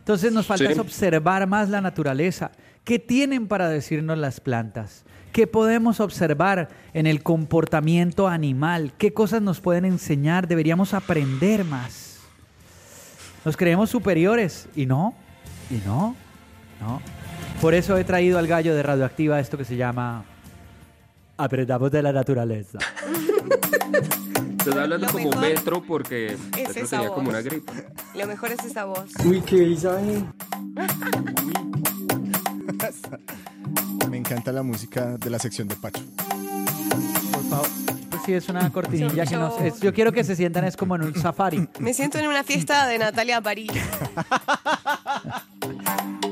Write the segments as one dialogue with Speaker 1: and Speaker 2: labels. Speaker 1: Entonces nos falta
Speaker 2: Sí.
Speaker 1: es observar más la naturaleza. ¿Qué tienen para decirnos las plantas? ¿Qué podemos observar en el comportamiento animal? ¿Qué cosas nos pueden enseñar? Deberíamos aprender más. Nos creemos superiores y no, y no, no. Por eso he traído al gallo de Radioactiva esto que se llama Aprendamos de la naturaleza.
Speaker 2: Estoy hablando
Speaker 3: Lo
Speaker 2: como
Speaker 3: mejor
Speaker 2: Petro porque Petro
Speaker 3: esa
Speaker 2: tenía como
Speaker 3: voz.
Speaker 2: una gripa.
Speaker 3: Lo mejor es esa voz.
Speaker 4: Me encanta la música de la sección de Pacho.
Speaker 1: Por favor. Pues Sí, es una cortinilla que no
Speaker 3: Yo-
Speaker 1: sé. Yo quiero que se sientan es como en un safari.
Speaker 3: Me siento en una fiesta de Natalia París.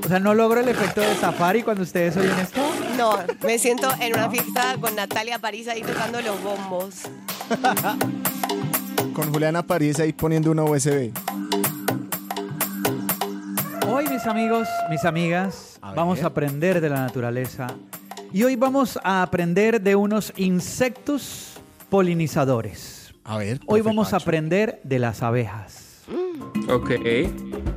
Speaker 1: O sea, no logro el efecto de safari cuando ustedes oyen esto.
Speaker 3: No, me siento en una fiesta con Natalia París ahí tocando los bombos.
Speaker 4: Con Juliana París ahí poniendo una USB.
Speaker 1: Hoy, mis amigos, mis amigas,
Speaker 4: A ver.
Speaker 1: vamos a aprender de la naturaleza. Y hoy vamos a aprender de unos insectos polinizadores.
Speaker 4: A ver.
Speaker 1: Hoy
Speaker 4: Ah, profe
Speaker 1: vamos a
Speaker 4: Pacho.
Speaker 1: aprender de las abejas.
Speaker 2: Ok.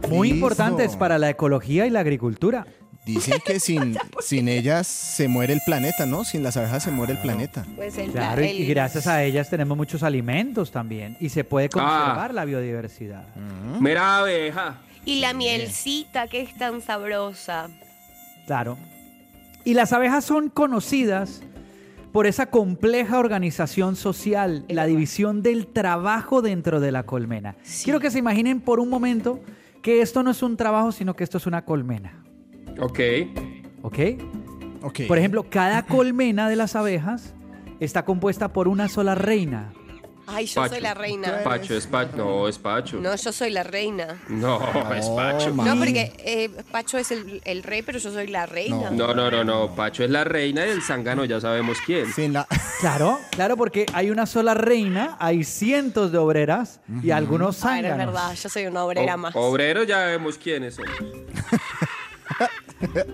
Speaker 1: Muy
Speaker 4: Listo.
Speaker 1: importantes para la ecología y la agricultura.
Speaker 4: Dicen que sin, sin ellas se muere el planeta, ¿no? Sin las abejas se muere el planeta.
Speaker 3: Pues el,
Speaker 1: Claro, y-
Speaker 3: el-
Speaker 1: y gracias a ellas tenemos muchos alimentos también. Y se puede
Speaker 4: Ah.
Speaker 1: conservar la biodiversidad.
Speaker 2: Mira abeja.
Speaker 3: y la mielcita que es tan sabrosa.
Speaker 1: Claro. Y las abejas son conocidas por esa compleja organización social, la división del trabajo dentro de la colmena. Quiero que se imaginen por un momento que esto no es un trabajo, sino que esto es una colmena.
Speaker 2: Ok.
Speaker 1: ¿Ok? Por ejemplo, cada colmena de las abejas está compuesta por una sola reina.
Speaker 3: Ay, yo soy la reina.
Speaker 2: Pacho, es Pacho. No, es Pacho.
Speaker 3: No, yo soy la reina.
Speaker 2: No, es Pacho.
Speaker 3: No, porque eh, Pacho es el, el rey, pero yo soy la reina.
Speaker 2: No, no, no, no. Pacho es la reina y el zángano ya sabemos quién.
Speaker 1: Claro, claro, porque hay una sola reina, hay cientos de obreras y algunos
Speaker 3: Ah, no, es
Speaker 1: zánganos.
Speaker 3: verdad, yo soy una obrera más.
Speaker 2: Obrero ya vemos quiénes son.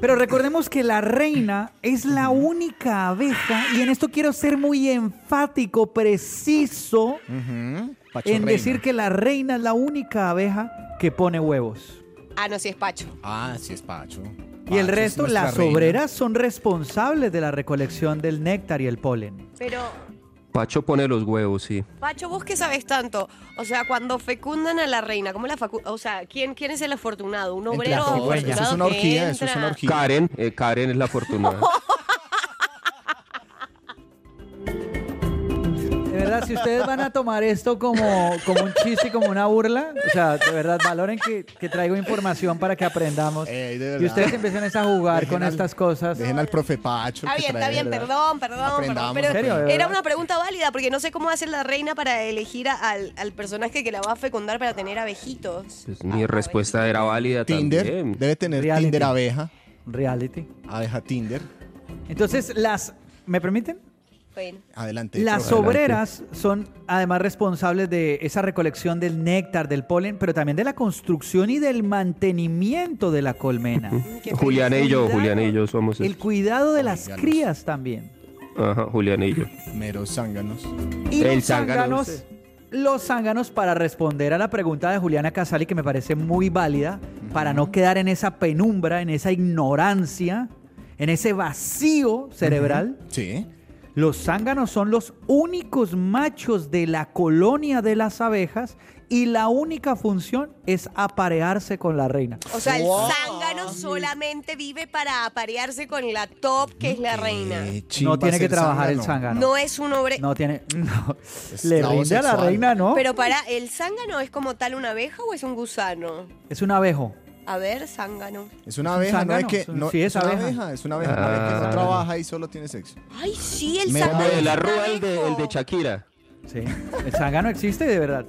Speaker 1: Pero recordemos que la reina es la única abeja, y en esto quiero ser muy enfático, preciso,
Speaker 4: Pacho
Speaker 1: en
Speaker 4: reina.
Speaker 1: decir que la reina es la única abeja que pone huevos.
Speaker 3: Ah, no, sí es Pacho.
Speaker 4: Ah, sí es Pacho.
Speaker 1: y
Speaker 4: Pacho
Speaker 1: el
Speaker 4: es
Speaker 1: resto,
Speaker 4: nuestra
Speaker 1: las
Speaker 4: reina.
Speaker 1: obreras son responsables de la recolección del néctar y el polen.
Speaker 3: Pero,
Speaker 2: Pacho pone los huevos, sí.
Speaker 3: Pacho, ¿vos qué sabes tanto? O sea, cuando fecundan a la reina, ¿cómo la facu O sea, ¿quién, quién es el afortunado? ¿Un obrero afortunado
Speaker 2: Eso es una
Speaker 3: que
Speaker 2: orquídea, eso es
Speaker 3: entra?
Speaker 2: una orquídea. Karen, eh, Karen es la fortuna.
Speaker 3: Ah,
Speaker 1: De verdad, si ustedes van a tomar esto como, como un chiste, y como una burla, o sea, de verdad, valoren que, que traigo información para que aprendamos.
Speaker 4: verdad.
Speaker 1: y ustedes empiecen es a jugar
Speaker 4: Dejen
Speaker 1: con
Speaker 4: al-
Speaker 1: estas cosas.
Speaker 4: Dejen al profe Pacho.
Speaker 3: Está
Speaker 4: que
Speaker 3: bien,
Speaker 4: trae
Speaker 3: está bien,
Speaker 4: verdad.
Speaker 3: perdón, perdón, perdón.
Speaker 4: Aprendamos,
Speaker 3: Pero
Speaker 4: ¿En serio, de
Speaker 3: era
Speaker 4: verdad?
Speaker 3: una pregunta válida, porque no sé cómo hace la reina para elegir a- al, al personaje que la va a fecundar para tener abejitos.
Speaker 2: Pues mi respuesta era válida
Speaker 4: Tinder.
Speaker 2: también.
Speaker 4: Debe tener
Speaker 1: Reality.
Speaker 4: Tinder abeja.
Speaker 1: Reality.
Speaker 4: Abeja Tinder.
Speaker 1: Entonces, las. ¿Me permiten?
Speaker 3: Bueno.
Speaker 4: Adelante.
Speaker 1: Las
Speaker 4: profe.
Speaker 1: obreras son además responsables de esa recolección del néctar, del polen, pero también de la construcción y del mantenimiento de la colmena.
Speaker 2: Julián y yo,
Speaker 1: felicidad.
Speaker 2: Julián y yo somos.
Speaker 1: El cuidado de las crías también.
Speaker 2: Ajá, Julián y yo.
Speaker 4: Meros zánganos.
Speaker 1: Y
Speaker 2: El
Speaker 1: los
Speaker 2: zángano,
Speaker 1: zánganos, los zánganos, para responder a la pregunta de Juliana Casali, que me parece muy válida, para no quedar en esa penumbra, en esa ignorancia, en ese vacío cerebral.
Speaker 4: Sí.
Speaker 1: Los zánganos son los únicos machos de la colonia de las abejas y la única función es aparearse con la reina.
Speaker 3: O sea, el
Speaker 1: Wow.
Speaker 3: zángano solamente vive para aparearse con la top, que es la reina.
Speaker 1: no tiene que trabajar el zángano.
Speaker 3: No es un hombre.
Speaker 1: No tiene. no. Le rinde a la
Speaker 4: sexual.
Speaker 1: reina, ¿no?
Speaker 3: Pero para, ¿el zángano es como tal una abeja o es un gusano?
Speaker 1: Es un abejo.
Speaker 3: A ver, zángano.
Speaker 4: Es una abeja, no
Speaker 1: zángano,
Speaker 4: es que.
Speaker 1: es un-
Speaker 4: No,
Speaker 1: sí, es
Speaker 4: una
Speaker 1: abeja.
Speaker 4: Es una abeja. una abeja que
Speaker 2: Ah.
Speaker 4: no trabaja y solo tiene sexo.
Speaker 3: Ay, sí, el
Speaker 4: Me-
Speaker 3: zángano.
Speaker 4: Como
Speaker 2: de
Speaker 3: es
Speaker 2: la
Speaker 3: un
Speaker 2: rúa, el de,
Speaker 3: abejo.
Speaker 2: el de Shakira.
Speaker 1: Sí. El zángano existe de verdad.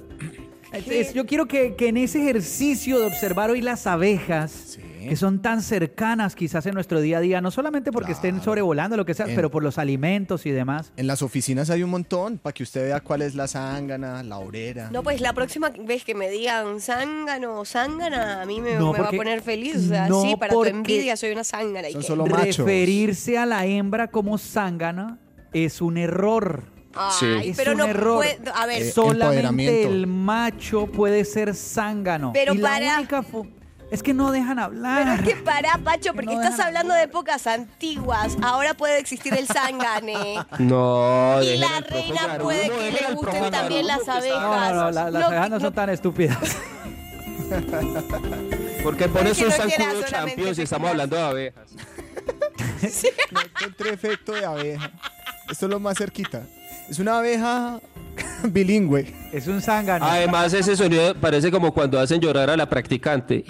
Speaker 1: Es- yo quiero que, que en ese ejercicio de observar hoy las abejas, que son tan cercanas quizás en nuestro día a día, no solamente porque estén sobrevolando, lo que sea,
Speaker 4: En-
Speaker 1: pero por los alimentos y demás.
Speaker 4: En las oficinas hay un montón para que usted vea cuál es la zángana, la orera.
Speaker 3: No, pues la próxima vez que me digan zángano o zángana, a mí me, me
Speaker 1: No,
Speaker 3: va a
Speaker 1: porque-
Speaker 3: poner feliz. O sea,
Speaker 1: no,
Speaker 3: sí, para tu
Speaker 1: porque-
Speaker 3: envidia soy una zángana. ¿y
Speaker 4: Son
Speaker 3: qué?
Speaker 4: solo machos.
Speaker 1: Referirse a la hembra como zángana es un error.
Speaker 3: Ay,
Speaker 1: Es
Speaker 3: pero
Speaker 1: un
Speaker 3: no
Speaker 1: error.
Speaker 3: puedo- a ver. Eh,
Speaker 1: solamente
Speaker 4: empoderamiento.
Speaker 1: el macho puede ser zángano.
Speaker 3: Pero
Speaker 1: Y la
Speaker 3: para-
Speaker 1: única fu- es que no dejan hablar.
Speaker 3: Pero es que pará, Pacho, porque
Speaker 1: No
Speaker 3: estás
Speaker 1: dejan
Speaker 3: hablando de épocas antiguas. Ahora puede existir el zángane.
Speaker 2: No,
Speaker 3: y
Speaker 2: dejen
Speaker 3: la
Speaker 2: al profe
Speaker 3: reina
Speaker 2: Garudo,
Speaker 3: puede que
Speaker 2: dejen
Speaker 3: le
Speaker 2: al profe
Speaker 3: gusten
Speaker 2: Garudo,
Speaker 3: también las
Speaker 2: que está-
Speaker 3: abejas.
Speaker 1: No, no, no, la- las
Speaker 3: No,
Speaker 1: abejas no
Speaker 3: no-
Speaker 1: son tan estúpidas.
Speaker 2: Porque pones
Speaker 3: Porque
Speaker 2: un
Speaker 3: no quiera
Speaker 2: zancudo
Speaker 3: solamente
Speaker 2: champions y estamos
Speaker 3: pecar.
Speaker 2: hablando de abejas.
Speaker 4: No encontré efecto de abeja. Esto es lo más cerquita. Es una abeja bilingüe.
Speaker 1: Es un zángano.
Speaker 2: Además, ese sonido parece como cuando hacen llorar a la practicante.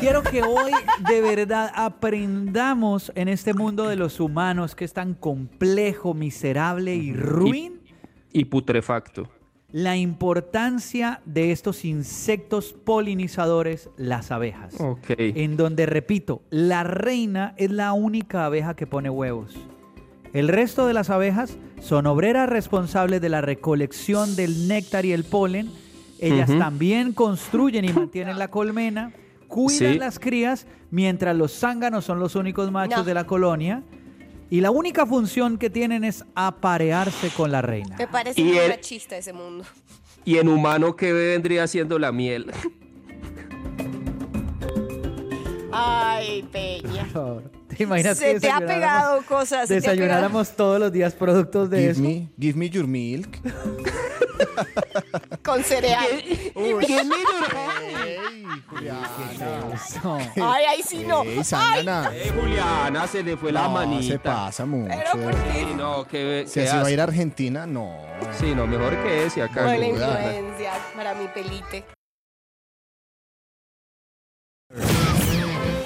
Speaker 1: Quiero que hoy de verdad aprendamos en este mundo de los humanos que es tan complejo, miserable y ruin
Speaker 2: Y putrefacto.
Speaker 1: la importancia de estos insectos polinizadores, las abejas.
Speaker 2: Ok.
Speaker 1: En donde, repito, la reina es la única abeja que pone huevos. El resto de las abejas son obreras responsables de la recolección del néctar y el polen. Ellas
Speaker 2: Ujú.
Speaker 1: también construyen y mantienen la colmena, cuidan
Speaker 2: Sí.
Speaker 1: las crías, mientras los zánganos son los únicos machos
Speaker 3: No.
Speaker 1: de la colonia. Y la única función que tienen es aparearse con la reina.
Speaker 3: Me parece
Speaker 2: Y
Speaker 3: muy
Speaker 2: el-
Speaker 3: machista ese mundo.
Speaker 2: Y en humano, ¿qué vendría siendo la miel?
Speaker 3: Ay, Peña.
Speaker 1: Por favor. ¿Te imaginas
Speaker 3: Se
Speaker 1: que
Speaker 3: te ha
Speaker 1: desayunáramos-
Speaker 3: pegado cosas. se te ha pegado-
Speaker 1: desayunáramos todos los días productos de
Speaker 4: Give
Speaker 1: eso?
Speaker 4: me, give me your milk.
Speaker 3: Con cereal.
Speaker 4: Eso.
Speaker 3: Ay, ahí sí no.
Speaker 4: Ey, Sandana.
Speaker 2: Eh, Juliana, se le fue la
Speaker 4: No,
Speaker 2: manita.
Speaker 4: se pasa mucho.
Speaker 2: Sí, no, qué,
Speaker 4: Si
Speaker 2: qué
Speaker 4: así va a ir a
Speaker 2: asco.
Speaker 4: Argentina, no.
Speaker 2: Sí, no, mejor que ese acá.
Speaker 3: Buena
Speaker 2: no.
Speaker 3: influencia para mi pelite.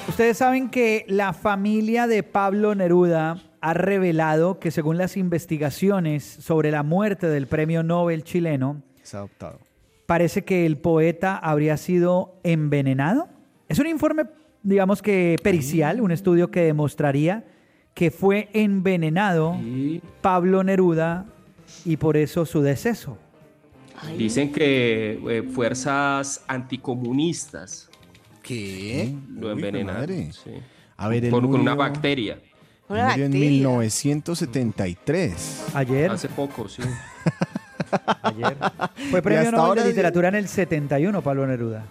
Speaker 1: Ustedes saben que la familia de Pablo Neruda ha revelado que según las investigaciones sobre la muerte del premio Nobel chileno,
Speaker 4: Es adoptado.
Speaker 1: parece que el poeta habría sido envenenado. Es un informe, digamos que pericial, un estudio que demostraría que fue envenenado Pablo Neruda y por eso su deceso.
Speaker 2: Dicen que eh, fuerzas anticomunistas
Speaker 4: ¿Qué?
Speaker 2: lo envenenaron. sí.
Speaker 4: A ver, él
Speaker 2: Con, con una
Speaker 4: murió-
Speaker 2: bacteria.
Speaker 4: él murió en 1973.
Speaker 1: Ayer.
Speaker 2: Hace poco, sí.
Speaker 1: Ayer. Fue
Speaker 4: Y
Speaker 1: premio
Speaker 4: hasta
Speaker 1: Nobel
Speaker 4: ahora-
Speaker 1: de Literatura en el 71, Pablo Neruda.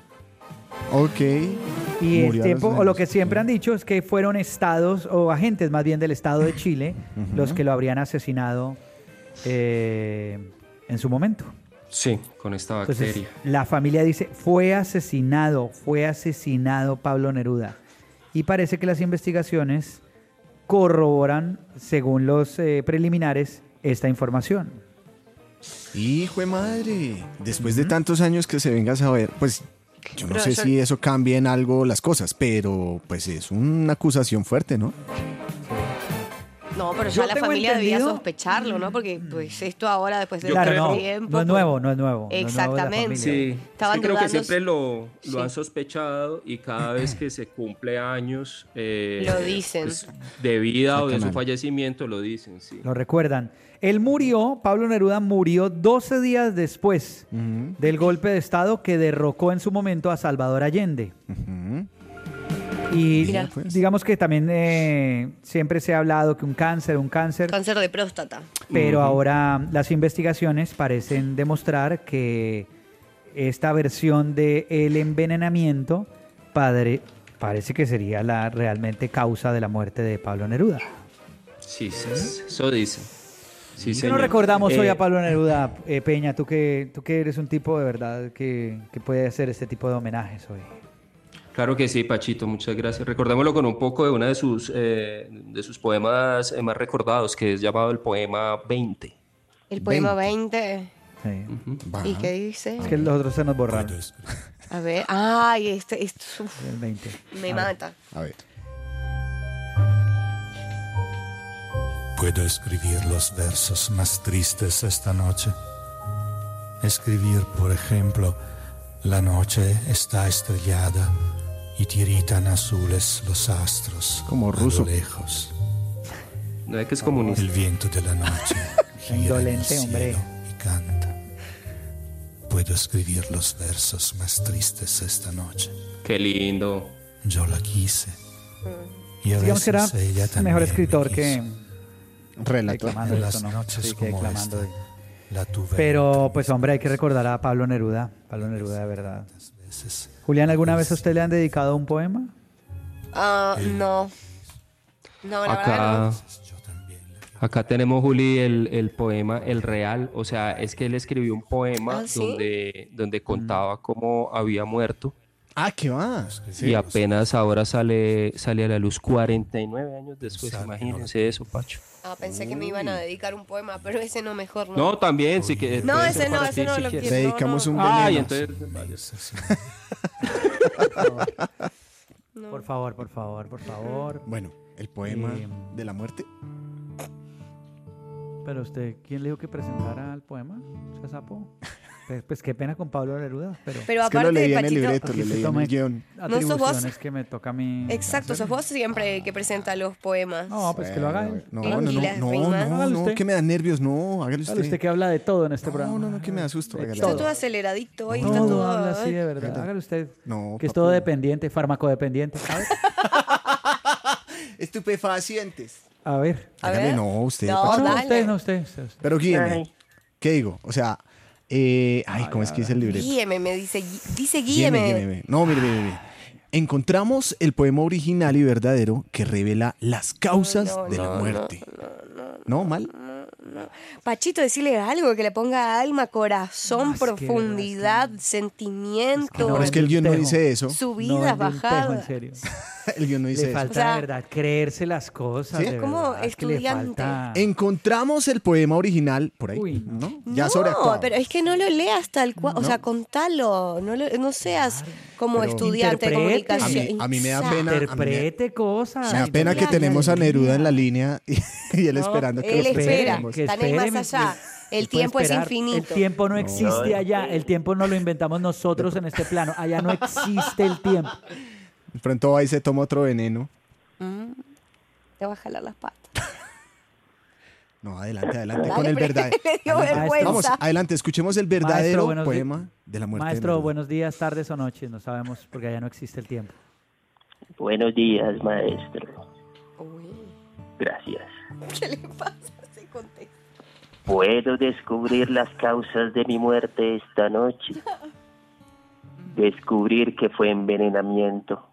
Speaker 4: Ok.
Speaker 1: Y
Speaker 4: Murió a
Speaker 1: este
Speaker 4: los
Speaker 1: po- o lo que
Speaker 4: menos.
Speaker 1: siempre han dicho es que fueron estados o agentes más bien del estado de Chile los que lo habrían asesinado eh, en su momento.
Speaker 2: Sí, con esta
Speaker 1: Entonces,
Speaker 2: bacteria.
Speaker 1: la familia dice, fue asesinado, fue asesinado Pablo Neruda. Y parece que las investigaciones corroboran, según los eh, preliminares, esta información.
Speaker 4: Hijo de madre. Después de tantos años que se venga a saber, pues yo no
Speaker 3: Pero
Speaker 4: sé
Speaker 3: eso-
Speaker 4: si eso cambia en algo las cosas, pero pues es una acusación fuerte, ¿no?
Speaker 3: No, pero
Speaker 1: Yo
Speaker 3: ya la
Speaker 1: tengo
Speaker 3: familia
Speaker 1: entendido-
Speaker 3: debía sospecharlo, ¿no? Porque pues esto ahora después de
Speaker 1: claro,
Speaker 3: tanto
Speaker 1: no,
Speaker 3: tiempo. pues,
Speaker 1: no es nuevo, no es nuevo. no es nuevo de la
Speaker 3: Exactamente.
Speaker 1: familia.
Speaker 2: Sí,
Speaker 3: Estaban
Speaker 2: sí, creo que
Speaker 3: dudando
Speaker 2: siempre
Speaker 3: si-
Speaker 2: lo, lo
Speaker 3: sí.
Speaker 2: han sospechado y cada vez que se cumple años eh,
Speaker 3: Lo dicen.
Speaker 2: de vida o de su
Speaker 4: Sacan algo.
Speaker 2: fallecimiento, lo dicen, sí.
Speaker 1: Lo recuerdan. Él murió, Pablo Neruda murió 12 días después del golpe de Estado que derrocó en su momento a Salvador Allende. Y
Speaker 4: Mira, pues.
Speaker 1: digamos que también eh, siempre se ha hablado que un cáncer, un cáncer,
Speaker 3: Cáncer de próstata.
Speaker 1: pero ahora las investigaciones parecen demostrar que esta versión del el envenenamiento padre, parece que sería la realmente causa de la muerte de Pablo Neruda.
Speaker 2: Sí, sí, sí, eso dicen. Sí,
Speaker 1: ¿Por qué no
Speaker 2: señor.
Speaker 1: recordamos hoy
Speaker 2: Eh,
Speaker 1: a Pablo Neruda, eh, Peña? Tú que, tú que eres un tipo de verdad que, que puede hacer este tipo de homenajes hoy.
Speaker 2: Claro que sí, Pachito, muchas gracias. Recordémoslo con un poco de uno de sus, eh, de sus poemas eh, más recordados, que es llamado el poema 20.
Speaker 3: El poema 20.
Speaker 1: Sí.
Speaker 3: ¿Y qué dice?
Speaker 1: Es que los otros se nos borraron.
Speaker 3: A ver. Ay, este, este uf,
Speaker 1: El 20.
Speaker 3: me mata.
Speaker 4: A ver.
Speaker 5: Puedo escribir los versos más tristes esta noche. Escribir, por ejemplo, la noche está estrellada y tiritan azules los astros.
Speaker 4: Como
Speaker 5: ruso. lejos.
Speaker 2: No es que es comunista.
Speaker 5: El viento de la noche gira en el
Speaker 1: Indolente, hombre.
Speaker 5: cielo y canta. Puedo escribir los versos más tristes esta noche.
Speaker 2: Qué lindo.
Speaker 5: Yo la quise. Y a
Speaker 1: Digamos que era
Speaker 5: veces ella también
Speaker 1: mejor
Speaker 5: me
Speaker 1: escritor que
Speaker 5: quiso.
Speaker 4: Relato.
Speaker 1: declamando
Speaker 5: En
Speaker 1: esto,
Speaker 5: las
Speaker 1: ¿no?
Speaker 5: noches
Speaker 1: Sí, que
Speaker 5: como
Speaker 1: declamando.
Speaker 5: esta, la tuve.
Speaker 1: Pero, pues, hombre, hay que recordar a Pablo Neruda. Pablo Neruda, de verdad.
Speaker 5: veces. Pues,
Speaker 1: Julián, ¿alguna vez a usted le han dedicado un poema?
Speaker 3: Ah, no. No, la verdad
Speaker 2: Acá, acá tenemos, Juli, el, el poema El Real. O sea, es que él escribió un poema
Speaker 3: ¿Ah, sí?
Speaker 2: donde, donde contaba cómo había muerto
Speaker 4: Ah, ¿qué va?
Speaker 2: y apenas ahora sale, sale a la luz 49 años después. Imagínense eso, Pacho.
Speaker 3: no. Ah, pensé que me iban a dedicar un poema, pero ese no, mejor no.
Speaker 2: No, también, sí que...
Speaker 3: No,
Speaker 2: puede
Speaker 3: ese
Speaker 2: ser
Speaker 3: no,
Speaker 2: para
Speaker 3: ese
Speaker 2: ti,
Speaker 3: no
Speaker 2: si
Speaker 3: lo
Speaker 2: quieres.
Speaker 4: Le dedicamos un veneno.
Speaker 2: Ay, entonces...
Speaker 3: No.
Speaker 1: Por favor, por favor, por favor.
Speaker 4: Bueno, el poema
Speaker 1: Eh,
Speaker 4: de la muerte.
Speaker 1: Pero usted, ¿quién le dijo que presentara el poema? ¿Se sapo? Pues, pues, qué pena con Pablo Neruda, pero...
Speaker 3: Pero
Speaker 4: Es que lo
Speaker 3: aparte,
Speaker 4: leí en el
Speaker 3: Pachito.
Speaker 4: libreto,
Speaker 1: Aquí
Speaker 4: lo
Speaker 1: se
Speaker 4: leí en
Speaker 1: toma-
Speaker 4: el guión.
Speaker 3: No sos vos.
Speaker 1: atribuciones que me toca a mí.
Speaker 3: Exacto, sos vos siempre que presenta los poemas.
Speaker 1: No, pues que lo haga él.
Speaker 4: No,
Speaker 3: ¿Y
Speaker 4: no, no,
Speaker 3: las
Speaker 4: no,
Speaker 3: rimas?
Speaker 4: no,
Speaker 1: Hágalo
Speaker 4: no,
Speaker 1: usted.
Speaker 4: que me da nervios, no, hágale
Speaker 1: Claro,
Speaker 4: usted.
Speaker 1: usted que habla de todo en este programa.
Speaker 4: no, no, que me da susto,
Speaker 1: De
Speaker 4: hágale.
Speaker 3: Está
Speaker 1: todo.
Speaker 3: todo aceleradito hoy. está
Speaker 1: Todo
Speaker 3: todo-
Speaker 1: habla así de verdad.
Speaker 4: Perdón.
Speaker 1: Hágale usted.
Speaker 4: No,
Speaker 1: que es
Speaker 4: papu.
Speaker 1: todo dependiente, farmacodependiente. A ver.
Speaker 4: Estupefacientes.
Speaker 1: A ver.
Speaker 3: A
Speaker 4: Hágale,
Speaker 3: ver.
Speaker 4: no, usted.
Speaker 3: No,
Speaker 4: Pacho.
Speaker 1: No,
Speaker 3: dale.
Speaker 1: usted, no, usted. usted, usted.
Speaker 4: Pero guíeme. ¿Qué digo? O sea, eh, ay, ¿cómo es que dice el libreto?
Speaker 3: Guíeme, me dice. gui- Dice
Speaker 4: Guíeme,
Speaker 3: guíeme.
Speaker 4: guíeme. No, mire, mire, mire. Encontramos el poema original y verdadero que revela las causas
Speaker 3: No,
Speaker 4: de la
Speaker 3: no,
Speaker 4: muerte. No, mal.
Speaker 3: no. Pachito, decirle algo que le ponga alma, corazón, profundidad, sentimiento.
Speaker 4: No, es que el guión no
Speaker 1: espejo.
Speaker 4: dice eso.
Speaker 3: Subidas, bajadas.
Speaker 1: serio.
Speaker 4: El guión no dice
Speaker 1: Le
Speaker 4: eso.
Speaker 1: falta,
Speaker 3: O sea,
Speaker 1: de verdad, creerse las cosas.
Speaker 4: ¿Sí?
Speaker 1: de
Speaker 3: Como
Speaker 1: verdad, que le
Speaker 3: estudiante.
Speaker 1: falta-
Speaker 4: Encontramos el poema original por ahí. ¿no? Ya
Speaker 3: No,
Speaker 4: sobreactuado.
Speaker 3: pero es que no lo leas tal cual. O sea, contalo. No, lo- no seas como
Speaker 4: Pero-
Speaker 3: estudiante de
Speaker 4: Interprete.
Speaker 3: comunicación.
Speaker 4: A mí- a mí me da pena- a mí me-
Speaker 1: Interprete cosas.
Speaker 4: Me da pena que tenemos a Neruda en la línea y, y él esperando que
Speaker 3: Él
Speaker 4: lo
Speaker 3: espera.
Speaker 4: presentemos.
Speaker 3: Está en el más allá. El
Speaker 1: Puede
Speaker 3: tiempo es
Speaker 1: esperar. El
Speaker 3: infinito.
Speaker 1: tiempo no existe allá. El tiempo no lo inventamos nosotros en este plano. Allá no existe el tiempo.
Speaker 4: De pronto ahí se toma otro veneno.
Speaker 3: Mm. Te voy a jalar las patas.
Speaker 4: No, adelante, adelante.
Speaker 3: Dale,
Speaker 4: con el
Speaker 3: pero
Speaker 4: verdadero.
Speaker 3: le dio vergüenza.
Speaker 4: Vamos, adelante, escuchemos el
Speaker 1: Maestro,
Speaker 4: verdadero
Speaker 1: buenos di-
Speaker 4: poema de la muerte. de
Speaker 1: Maestro,
Speaker 4: Neruda.
Speaker 1: buenos días, tardes o noches. No sabemos porque allá no existe el tiempo.
Speaker 6: Buenos días, maestro. Gracias.
Speaker 3: ¿Qué le pasa? Se contesta.
Speaker 6: Puedo descubrir las causas de mi muerte esta noche. Descubrir que fue envenenamiento.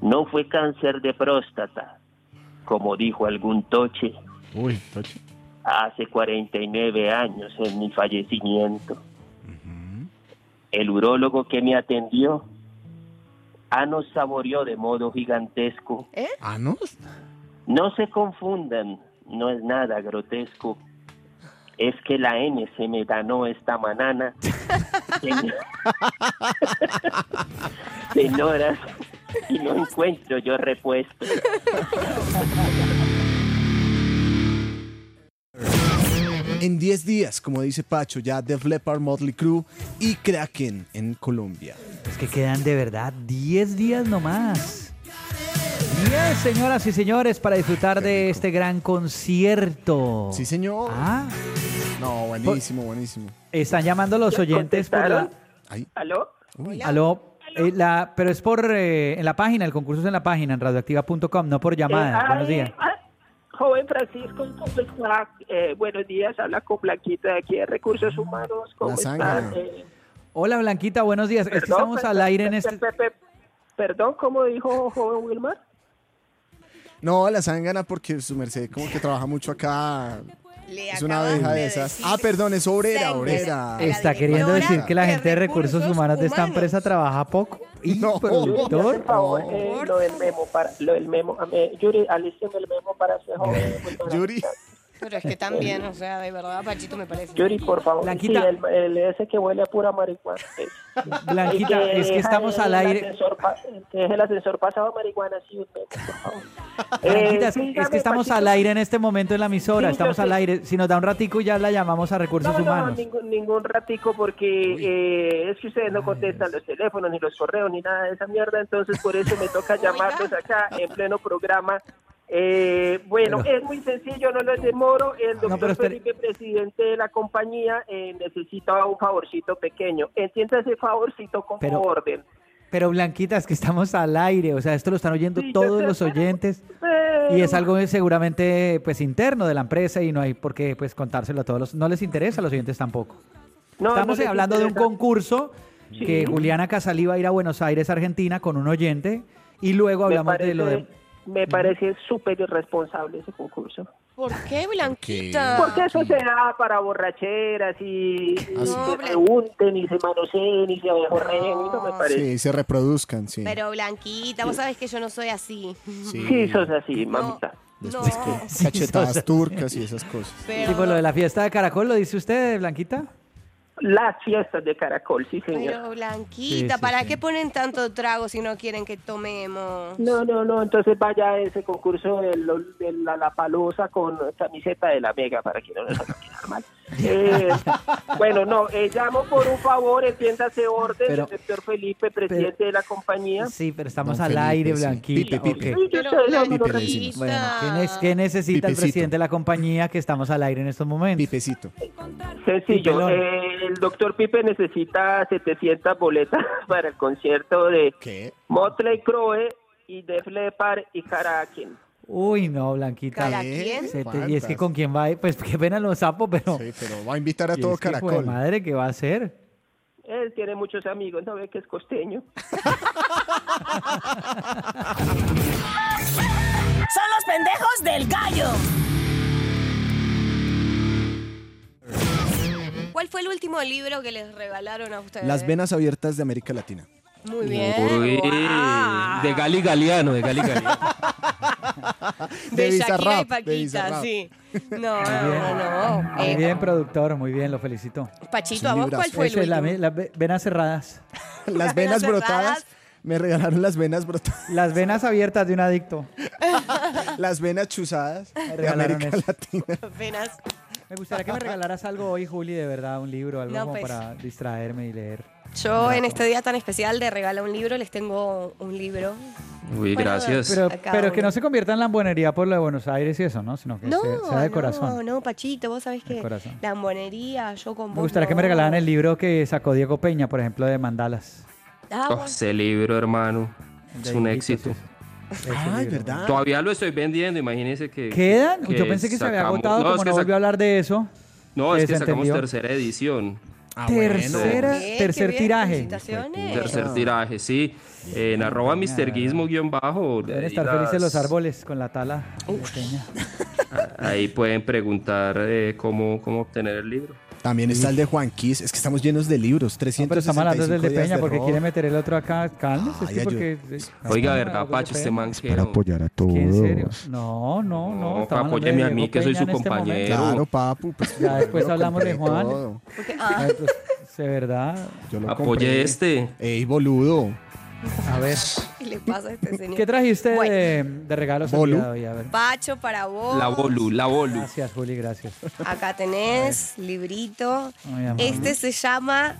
Speaker 6: No fue cáncer de próstata, como dijo algún toche
Speaker 4: Uy, Tochi.
Speaker 6: hace 49 años en mi fallecimiento. El urólogo que me atendió, Ano saboreó de modo gigantesco.
Speaker 4: ¿Anos?
Speaker 6: No se confundan, no es nada grotesco. Es que la N se me ganó esta manana. Señ- Señoras, y no encuentro yo repuesto.
Speaker 4: En 10 días, como dice Pacho, ya Def Leppard, Motley Crue y Kraken en Colombia.
Speaker 1: Es que quedan de verdad 10 días nomás. 10, señoras y señores, para disfrutar de este gran concierto.
Speaker 4: Sí, señor.
Speaker 1: Ah,
Speaker 4: No, buenísimo, buenísimo.
Speaker 1: están llamando los oyentes por la...
Speaker 4: Ahí.
Speaker 6: ¿Aló?
Speaker 1: Aló. Eh, la- pero es por eh, en la página, el concurso es en la página, en radioactiva.com, no por llamada.
Speaker 7: Eh,
Speaker 1: Buenos
Speaker 7: ay,
Speaker 1: días.
Speaker 7: ah, Joven Francisco, ¿cómo está? Eh, buenos días, habla con Blanquita de aquí de Recursos Humanos. ¿Cómo
Speaker 1: La
Speaker 7: están?
Speaker 1: sangre.
Speaker 7: Eh,
Speaker 1: Hola Blanquita, buenos días. es que
Speaker 7: perdón,
Speaker 1: estamos al
Speaker 7: perdón,
Speaker 1: aire en
Speaker 7: pe-
Speaker 1: este...
Speaker 7: pe- pe- Perdón, ¿cómo dijo joven Wilmar?
Speaker 4: No, la zángana porque su merced como que trabaja mucho acá. es una
Speaker 1: acaban
Speaker 4: abeja
Speaker 1: de
Speaker 4: de esas. ah, perdón, es obrera, obrera.
Speaker 1: Ah, Está queriendo decir que la gente de recursos humanos, de esta empresa trabaja poco. Y productor.
Speaker 7: Por favor, eh, lo del memo, para, lo del memo. a mí- Yuri, alisten el memo para ese joven. Wilmar.
Speaker 4: Yuri.
Speaker 3: Pero es que también, o sea, de verdad, Pachito me parece.
Speaker 7: Yuri, por favor.
Speaker 1: Blanquita.
Speaker 7: Sí, el, el ese que huele a pura marihuana.
Speaker 1: Blanquita,
Speaker 7: Y
Speaker 1: es que
Speaker 6: Eh,
Speaker 1: estamos
Speaker 7: deja
Speaker 1: al
Speaker 7: el
Speaker 1: aire.
Speaker 7: ascensor pa- Que deje el ascensor pasado a marihuana, sí, un memo, por favor.
Speaker 1: Blanquita,
Speaker 7: Eh,
Speaker 1: es, que- es
Speaker 7: dígame,
Speaker 1: que estamos
Speaker 7: Pachito.
Speaker 1: al aire en este momento en la emisora,
Speaker 7: Sí,
Speaker 1: estamos
Speaker 7: yo
Speaker 1: al
Speaker 7: sé.
Speaker 1: aire. Si nos da un ratico ya la llamamos a recursos
Speaker 7: No, no,
Speaker 1: humanos.
Speaker 7: ningún, ningún ratico porque eh, es que ustedes no contestan los teléfonos, ni los correos, ni nada de esa mierda, entonces por eso me toca llamarlos acá en pleno programa. Eh, bueno,
Speaker 1: Pero-
Speaker 7: es muy sencillo, no los demoro. El
Speaker 1: No,
Speaker 7: doctor
Speaker 1: pero espere.
Speaker 7: Felipe, presidente de la compañía, eh, necesita un favorcito pequeño. Entienda ese favorcito como
Speaker 1: Pero-
Speaker 7: orden.
Speaker 1: Pero Blanquita, es que estamos al aire, o sea, esto lo están oyendo todos los oyentes y es algo seguramente pues interno de la empresa y no hay por qué pues contárselo a todos los no les interesa a los oyentes tampoco.
Speaker 7: Eh, No,
Speaker 1: Estamos
Speaker 7: no les
Speaker 1: hablando de un
Speaker 7: interesa.
Speaker 1: concurso que
Speaker 7: Sí.
Speaker 1: Juliana Casalí va a ir a Buenos Aires, Argentina con un oyente y luego
Speaker 7: Me
Speaker 1: hablamos de lo de
Speaker 7: parece- Me parece súper irresponsable ese concurso.
Speaker 3: ¿Por qué, Blanquita?
Speaker 7: Porque eso se da para borracheras y, y
Speaker 4: Ah, sí.
Speaker 7: se pregunten y se manoseen y se abejorreen y no me parece.
Speaker 4: Sí, se reproduzcan, sí.
Speaker 3: Pero Blanquita, vos sabés que yo no soy así.
Speaker 4: Sí.
Speaker 7: sos así, mamita.
Speaker 3: No,
Speaker 4: Cachetadas turcas y esas cosas.
Speaker 3: pero,
Speaker 1: Sí, por lo de la fiesta de Caracol, ¿lo dice usted, Blanquita?
Speaker 7: Las fiestas de Caracol, sí, señor.
Speaker 3: pero Blanquita,
Speaker 1: Sí, sí,
Speaker 3: ¿para
Speaker 1: sí.
Speaker 3: qué ponen tanto trago si no quieren que tomemos?
Speaker 7: No, no, no, entonces vaya a ese concurso de, lo- de la, la palosa con camiseta de la mega para que no nos hagan quedar mal. Eh, bueno, no, eh, llamo por un favor, entiéndase orden,
Speaker 1: Pero-
Speaker 7: doctor Felipe, presidente de la compañía.
Speaker 1: Sí, pero estamos
Speaker 4: Don
Speaker 1: al
Speaker 4: Felipe,
Speaker 1: aire,
Speaker 4: sí.
Speaker 1: Blanquita.
Speaker 4: Pipe, Pipe.
Speaker 1: ok.
Speaker 7: Sí, yo sé, no, no,
Speaker 4: Pipe,
Speaker 7: no,
Speaker 4: le decimos.
Speaker 1: Bueno, ¿qué, ne- qué necesita el
Speaker 4: Pipecito.
Speaker 1: presidente de la compañía que estamos al aire en estos momentos?
Speaker 4: Pipecito.
Speaker 7: Sencillo,
Speaker 1: Pelón.
Speaker 7: eh, el doctor Pipe necesita 700 boletas para el concierto de
Speaker 4: ¿Qué?
Speaker 7: Motley Crue y Def Leppard y Karakin.
Speaker 1: Uy, no, Blanquita.
Speaker 3: ¿Cada
Speaker 1: Se
Speaker 3: quién?
Speaker 1: te- y es
Speaker 4: ¿Cuántas?
Speaker 1: que con quién va, a ir? pues qué pena los sapos, pero...
Speaker 4: Sí, pero va a invitar a
Speaker 1: y
Speaker 4: todo
Speaker 1: es que, jue
Speaker 4: Caracol.
Speaker 1: Este madre, ¿qué va a hacer?
Speaker 7: Él tiene muchos amigos, ¿no ve que es costeño?
Speaker 8: Son los pendejos del gallo.
Speaker 3: ¿Cuál fue el último libro que les regalaron a ustedes?
Speaker 4: Las venas abiertas de América Latina.
Speaker 3: Muy bien.
Speaker 2: Uy,
Speaker 3: Guau.
Speaker 2: de Gali Galeano, de Gali Galeano.
Speaker 3: De,
Speaker 4: de
Speaker 3: Shakira y
Speaker 4: Bizarrap, de
Speaker 3: Paquita,
Speaker 4: Bizarrap.
Speaker 3: sí. No,
Speaker 1: Muy bien.
Speaker 3: no, no.
Speaker 1: Muy
Speaker 3: Eh,
Speaker 1: bien, productor, muy bien, lo felicito.
Speaker 3: Pachito, ¿a vos cuál fue el
Speaker 1: Ese es la
Speaker 3: último?
Speaker 1: ve- Las ve- venas cerradas.
Speaker 4: Las venas brotadas. Me regalaron las venas brotadas.
Speaker 1: Las venas abiertas de un adicto.
Speaker 4: Las venas chuzadas de
Speaker 1: regalaron
Speaker 4: América
Speaker 1: eso.
Speaker 4: Latina.
Speaker 3: Venas.
Speaker 1: Me gustaría que me regalaras algo hoy, Juli, de verdad, un libro, algo
Speaker 3: No,
Speaker 1: como
Speaker 3: pues.
Speaker 1: para distraerme y leer.
Speaker 3: Yo en este día tan especial de regala un libro, les tengo un libro.
Speaker 2: Uy, gracias.
Speaker 1: Pero,
Speaker 3: Acá
Speaker 1: pero que
Speaker 3: Pues, uno.
Speaker 1: no se convierta en lambonería por lo de Buenos Aires y eso, ¿no? Sino que
Speaker 3: No,
Speaker 1: sea, sea de
Speaker 3: no,
Speaker 1: corazón.
Speaker 3: no, Pachito, vos sabés que
Speaker 1: corazón.
Speaker 3: la ambonería, yo con vos.
Speaker 1: Me gustaría que me
Speaker 3: no.
Speaker 1: regalaran el libro que sacó Diego Peña, por ejemplo, de Mandalas.
Speaker 3: Ah,
Speaker 2: Oh, ese libro, hermano. Es un éxito.
Speaker 3: Ah,
Speaker 4: Ay, ¿verdad?
Speaker 2: Todavía lo estoy vendiendo, imagínense que.
Speaker 1: ¿Quedan?
Speaker 2: que
Speaker 1: Ah. Yo pensé que se había
Speaker 2: sacamos-
Speaker 1: agotado,
Speaker 2: No, es
Speaker 1: como
Speaker 2: que,
Speaker 1: no
Speaker 2: sac-
Speaker 1: volvió a hablar de eso.
Speaker 2: no, es
Speaker 1: se
Speaker 2: que sacamos
Speaker 1: entendió.
Speaker 2: tercera edición.
Speaker 1: Tercera,
Speaker 3: Bien, Ah, qué
Speaker 1: tercer
Speaker 3: bien,
Speaker 1: tiraje.
Speaker 3: felicitaciones.
Speaker 1: Ah.
Speaker 2: Tercer tiraje, sí. En arroba misterguismo guión bajo.
Speaker 1: Deben
Speaker 2: ahí
Speaker 1: estar
Speaker 2: las-
Speaker 1: felices los árboles con la tala de Peña.
Speaker 2: Ahí pueden preguntar eh, cómo, cómo obtener el libro.
Speaker 4: También está el de Juan Kiss. Es que estamos llenos de libros. 300
Speaker 1: Pero estamos hablando del de Peña porque quiere meter el otro acá. Cálmese,
Speaker 4: Ay,
Speaker 1: sí, porque...
Speaker 2: Oiga, ¿verdad, Pacho? Este man que.
Speaker 4: apoyar a todos.
Speaker 1: ¿En serio? No, no, no.
Speaker 2: No,
Speaker 1: estamos hablando
Speaker 2: apóyeme
Speaker 1: de
Speaker 2: a
Speaker 1: Diego
Speaker 2: mí, que soy
Speaker 1: Peña
Speaker 2: su
Speaker 1: en este
Speaker 2: compañero.
Speaker 1: momento.
Speaker 4: Claro, papu. Pues,
Speaker 1: Ya después
Speaker 4: yo lo
Speaker 1: hablamos de
Speaker 4: compré
Speaker 1: Juan.
Speaker 4: todo.
Speaker 3: Porque- ah,
Speaker 1: Ay, pues, De verdad.
Speaker 4: Yo lo
Speaker 2: Apoye
Speaker 4: compré.
Speaker 2: este.
Speaker 4: Ey, boludo.
Speaker 1: A ver.
Speaker 3: ¿Qué le pasa a este señor?
Speaker 1: ¿Qué trajiste de, de regalos el
Speaker 4: Bolu.
Speaker 1: día de hoy? A ver.
Speaker 3: Pacho para vos.
Speaker 2: La Bolu, la Bolu.
Speaker 1: Gracias, Juli, gracias.
Speaker 3: Acá tenés, librito.
Speaker 1: Muy amable.
Speaker 3: Este se llama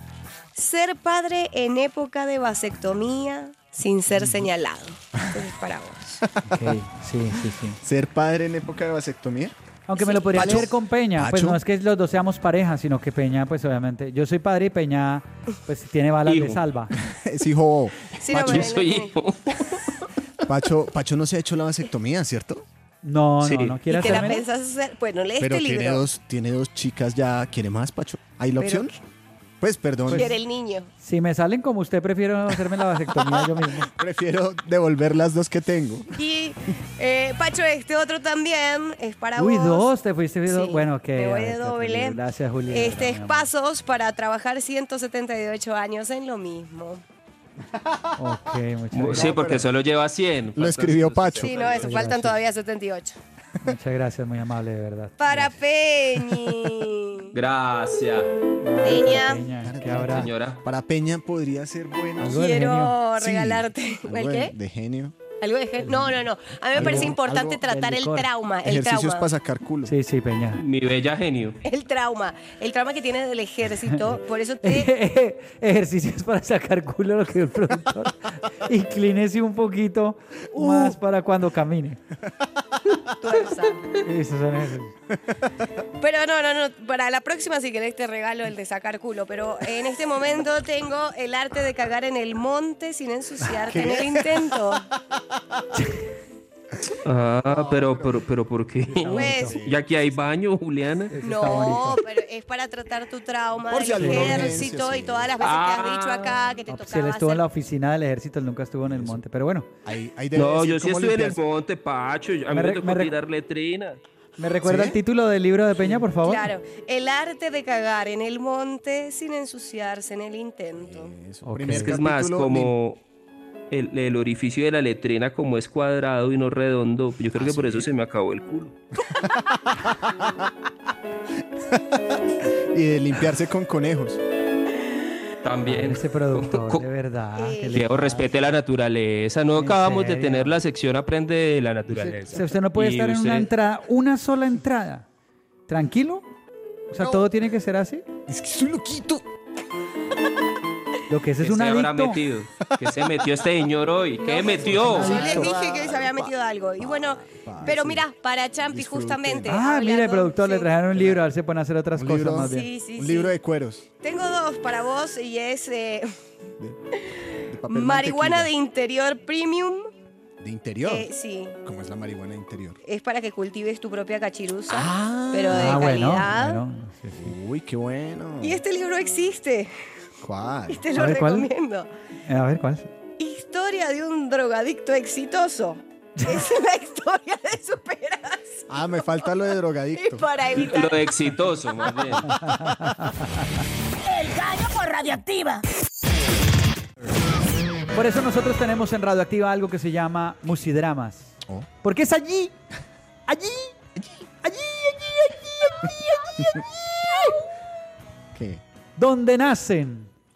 Speaker 3: Ser padre en época de vasectomía sin ser señalado. Este es para vos.
Speaker 1: Ok, sí, sí, sí.
Speaker 4: Ser padre en época de vasectomía.
Speaker 1: Aunque me lo podría
Speaker 4: Pacho.
Speaker 1: leer con Peña. Pues
Speaker 4: Pacho.
Speaker 1: no es que los dos seamos pareja, sino que Peña, pues obviamente. Yo soy padre y Peña, pues tiene balas de
Speaker 2: Hijo.
Speaker 1: salva.
Speaker 4: Es hijo.
Speaker 3: Sí,
Speaker 4: Pacho,
Speaker 3: Romero,
Speaker 2: Yo soy hijo.
Speaker 4: Pacho, Pacho no se ha hecho la vasectomía, ¿cierto?
Speaker 1: No,
Speaker 2: Sí.
Speaker 1: no, no quiere
Speaker 3: ¿Y te la
Speaker 1: hacerme.
Speaker 3: pensás hacer? Bueno, lee
Speaker 4: Pero
Speaker 3: este
Speaker 4: tiene
Speaker 3: libro.
Speaker 4: dos, tiene dos chicas ya. ¿Quiere más, Pacho? ¿Hay la
Speaker 3: Pero-
Speaker 4: opción? Pues perdón.
Speaker 3: Quiere el niño.
Speaker 1: Si me salen como usted, prefiero hacerme la vasectomía yo mismo.
Speaker 4: Prefiero devolver las dos que tengo.
Speaker 3: Y eh, Pacho, este otro también es para
Speaker 1: Uy,
Speaker 3: vos.
Speaker 1: dos, te fuiste. dos.
Speaker 3: Sí,
Speaker 1: bueno, que.
Speaker 3: me voy
Speaker 1: a
Speaker 3: de
Speaker 1: ver,
Speaker 3: doble.
Speaker 1: Juli, Gracias, Juli. de
Speaker 3: Este
Speaker 1: verdad,
Speaker 3: es
Speaker 1: mi amor.
Speaker 3: pasos para trabajar 178 años en lo mismo.
Speaker 1: Ok, muchas
Speaker 2: Sí,
Speaker 1: gracias.
Speaker 2: porque solo lleva 100.
Speaker 4: Lo escribió Pacho.
Speaker 3: Sí, no, eso, faltan todavía 78.
Speaker 1: Muchas gracias, muy amable, de verdad.
Speaker 3: Para Peñi.
Speaker 2: Gracias,
Speaker 3: Peña,
Speaker 1: Peña, ¿qué habrá?
Speaker 2: señora.
Speaker 4: Para Peña podría ser bueno.
Speaker 1: Algo de genio.
Speaker 3: quiero
Speaker 4: Sí,
Speaker 3: regalarte. ¿El
Speaker 4: algo
Speaker 3: qué?
Speaker 4: De genio.
Speaker 3: ¿Algo de gel? No, no, no. A mí me
Speaker 1: Algo-
Speaker 3: parece importante
Speaker 1: algo
Speaker 3: tratar
Speaker 1: del
Speaker 3: el
Speaker 1: licor.
Speaker 3: trauma. El
Speaker 4: Ejercicios
Speaker 3: trauma.
Speaker 4: para sacar culo.
Speaker 1: Sí, sí, Peña.
Speaker 2: Mi bella genio.
Speaker 3: El trauma. El trauma que tienes del ejército. Por eso te.
Speaker 1: Ejercicios para sacar culo lo que dio el productor. Inclínese un poquito
Speaker 3: Uh.
Speaker 1: más para cuando camine.
Speaker 3: tuerza.
Speaker 1: Esos son esos.
Speaker 3: Pero no, no, no. Para la próxima, si querés, te este regalo el de sacar culo. Pero en este momento tengo el arte de cagar en el monte sin ensuciarte en el intento.
Speaker 2: Ah, pero, pero, pero, ¿por qué?
Speaker 3: Pues.
Speaker 2: Ya aquí hay baño, Juliana.
Speaker 3: No, pero es para tratar tu trauma
Speaker 4: Por si
Speaker 3: del
Speaker 4: alguna
Speaker 3: ejército
Speaker 4: urgencia,
Speaker 3: y
Speaker 4: sí.
Speaker 3: todas las veces que has dicho acá que te
Speaker 1: Ah, pues
Speaker 3: tocaba.
Speaker 1: él estuvo en la
Speaker 3: hacer-
Speaker 1: oficina del ejército, él nunca estuvo en el monte. Pero bueno,
Speaker 4: Ahí, ahí debe
Speaker 2: No,
Speaker 4: decir
Speaker 2: yo sí
Speaker 4: cómo
Speaker 2: estoy en el
Speaker 4: limpiarse.
Speaker 2: monte, Pacho. A mí
Speaker 1: Me
Speaker 2: me,
Speaker 1: re-
Speaker 2: tocó
Speaker 1: me re-
Speaker 2: tirar letrina.
Speaker 1: ¿me recuerda
Speaker 4: ¿Sí?
Speaker 1: el título del libro de Peña, por favor?
Speaker 3: Claro, el arte de cagar en el monte sin ensuciarse en el intento.
Speaker 4: Eso,
Speaker 1: Ok.
Speaker 4: primer
Speaker 2: Es que es más,
Speaker 4: capítulo,
Speaker 2: como el, el orificio de la letrina, como es cuadrado y no redondo. Yo creo que por eso se me acabó el culo.
Speaker 4: lim- Y de limpiarse con conejos.
Speaker 2: También.
Speaker 1: Ah, Ese productor,
Speaker 2: Co-
Speaker 1: de verdad.
Speaker 3: Eh.
Speaker 1: que le-
Speaker 2: Diego, respete la naturaleza. No
Speaker 1: ¿En
Speaker 2: acabamos de
Speaker 1: serio?
Speaker 2: tener la sección Aprende de la
Speaker 1: O
Speaker 2: naturaleza.
Speaker 1: sea, usted no puede
Speaker 2: Y
Speaker 1: estar en una
Speaker 2: usted-
Speaker 1: entrada, una sola entrada. ¿Tranquilo? O sea,
Speaker 3: No.
Speaker 1: ¿todo tiene que ser así?
Speaker 4: Es que soy loquito.
Speaker 1: Lo que es
Speaker 2: ¿Qué
Speaker 1: es un
Speaker 2: se habrá
Speaker 1: adicto.
Speaker 2: metido? ¿Qué se metió este señor hoy? ¿Qué metió?
Speaker 3: Yo les
Speaker 1: Listo.
Speaker 3: dije que se había metido algo. Y bueno, pero mira, para Champi justamente.
Speaker 1: Ah, mira, el
Speaker 3: hablando-
Speaker 1: productor le
Speaker 3: sí.
Speaker 1: trajeron un libro, a ver si pueden hacer otras
Speaker 4: Un
Speaker 1: cosas
Speaker 4: libro.
Speaker 1: más bien.
Speaker 3: Sí, sí,
Speaker 4: Un
Speaker 3: sí.
Speaker 4: libro de cueros.
Speaker 3: Tengo dos para vos y es eh,
Speaker 4: de papel
Speaker 3: marihuana de
Speaker 4: mantequilla.
Speaker 3: interior premium.
Speaker 4: de interior.
Speaker 3: Eh, sí,
Speaker 4: ¿Cómo es la marihuana de interior?
Speaker 3: es para que cultives tu propia cachiruza,
Speaker 4: Ah,
Speaker 3: pero de
Speaker 1: Ah, bueno,
Speaker 3: calidad.
Speaker 1: bueno, sí, sí.
Speaker 4: Uy, qué bueno.
Speaker 3: Y este libro existe,
Speaker 4: ¿Cuál?
Speaker 3: te lo
Speaker 1: ¿Sabe cuál?
Speaker 3: recomiendo.
Speaker 1: Eh, A ver, ¿cuál?
Speaker 3: Historia de un drogadicto exitoso. Es la historia de superación.
Speaker 4: Ah, me falta lo de drogadicto.
Speaker 3: para
Speaker 2: Lo de exitoso, más bien.
Speaker 8: El gallo por radioactiva.
Speaker 1: Por eso nosotros tenemos en Radioactiva algo que se llama Musidramas. Porque es allí, allí, allí, allí, allí, allí, allí, allí. Donde nacen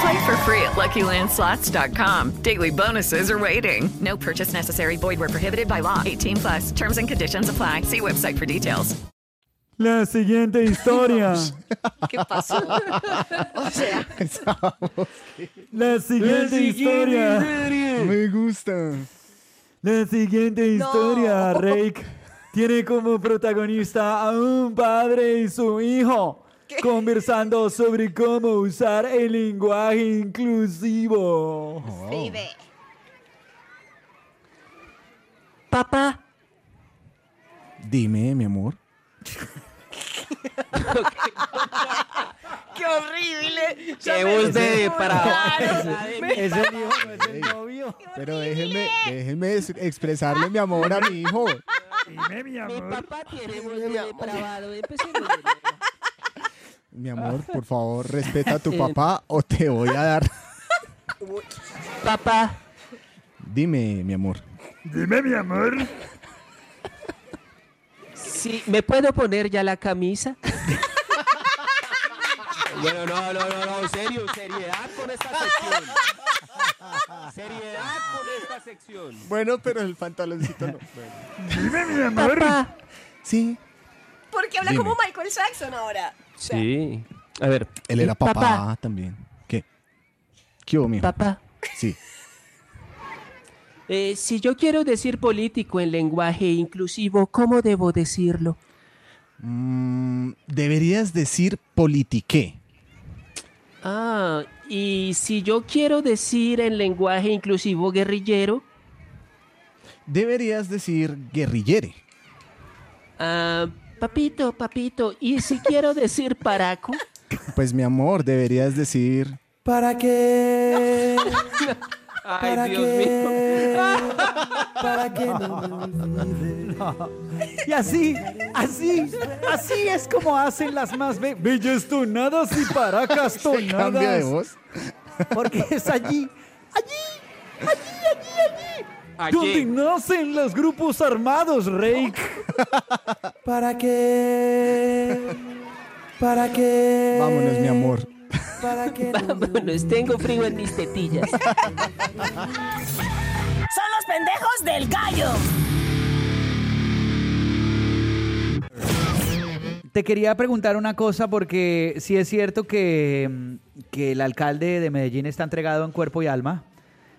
Speaker 9: Play for free at LuckyLandSlots.com. Daily bonuses are waiting. No purchase necessary. Void were prohibited by law. 18 plus. Terms and conditions apply. See website for details.
Speaker 1: La siguiente historia.
Speaker 3: ¿Qué pasó? o sea,
Speaker 1: La siguiente historia.
Speaker 4: Me gusta.
Speaker 1: La siguiente historia, Rake, tiene como protagonista a un padre y su hijo conversando sobre cómo usar el lenguaje inclusivo. Papá,
Speaker 4: Dime, mi amor.
Speaker 8: ¡Qué horrible!
Speaker 4: Qué voz de depravado.
Speaker 8: Es
Speaker 4: Ese hijo no es el novio. Pero déjeme, déjeme es- expresarle mi amor a mi hijo.
Speaker 1: Dime, mi amor.
Speaker 8: papá tiene voz de depravado. Empecemos.
Speaker 4: Mi amor, por favor, respeta a tu papá o te voy a dar.
Speaker 8: Papá.
Speaker 4: Dime, mi amor.
Speaker 1: Dime, mi amor.
Speaker 8: Sí, ¿me puedo poner ya la camisa?
Speaker 2: Bueno, no, no, no, no, serio, seriedad con esta sección. Seriedad con esta sección.
Speaker 4: Bueno, pero el pantaloncito no. Bueno.
Speaker 1: Dime, mi
Speaker 4: amor. Sí.
Speaker 3: Porque habla
Speaker 4: Dime.
Speaker 3: como Michael Jackson ahora.
Speaker 2: Sí. A ver.
Speaker 4: Él era papá,
Speaker 2: Papá.
Speaker 4: también. ¿Qué? ¿Qué hubo, mijo?
Speaker 8: Papá.
Speaker 4: Sí.
Speaker 8: Eh, si yo quiero decir político en lenguaje inclusivo, ¿cómo debo decirlo?
Speaker 4: Mm, deberías decir politiqué.
Speaker 8: Ah, y si yo quiero decir en lenguaje inclusivo guerrillero,
Speaker 4: Deberías decir guerrillere.
Speaker 8: ah, papito, papito, y si quiero decir paraco,
Speaker 4: Pues, mi amor, deberías decir...
Speaker 8: ¿para qué?
Speaker 2: Ay,
Speaker 8: ¿Para
Speaker 2: Dios
Speaker 8: qué?
Speaker 2: mío.
Speaker 8: ¿Para qué?
Speaker 1: Y así, así, así es como hacen las más be- bellas tonadas y paracas tonadas.
Speaker 4: Cambia de voz.
Speaker 1: Porque es allí,
Speaker 8: Allí.
Speaker 1: donde nacen los grupos armados, Rey.
Speaker 8: ¿Para qué? ¿Para qué?
Speaker 4: Vámonos, mi amor.
Speaker 8: ¿Para qué? Vámonos, tengo frío en mis tetillas.
Speaker 10: Son los pendejos del gallo.
Speaker 1: Te quería preguntar una cosa porque sí es cierto que, mm, que el alcalde de Medellín está entregado en cuerpo y alma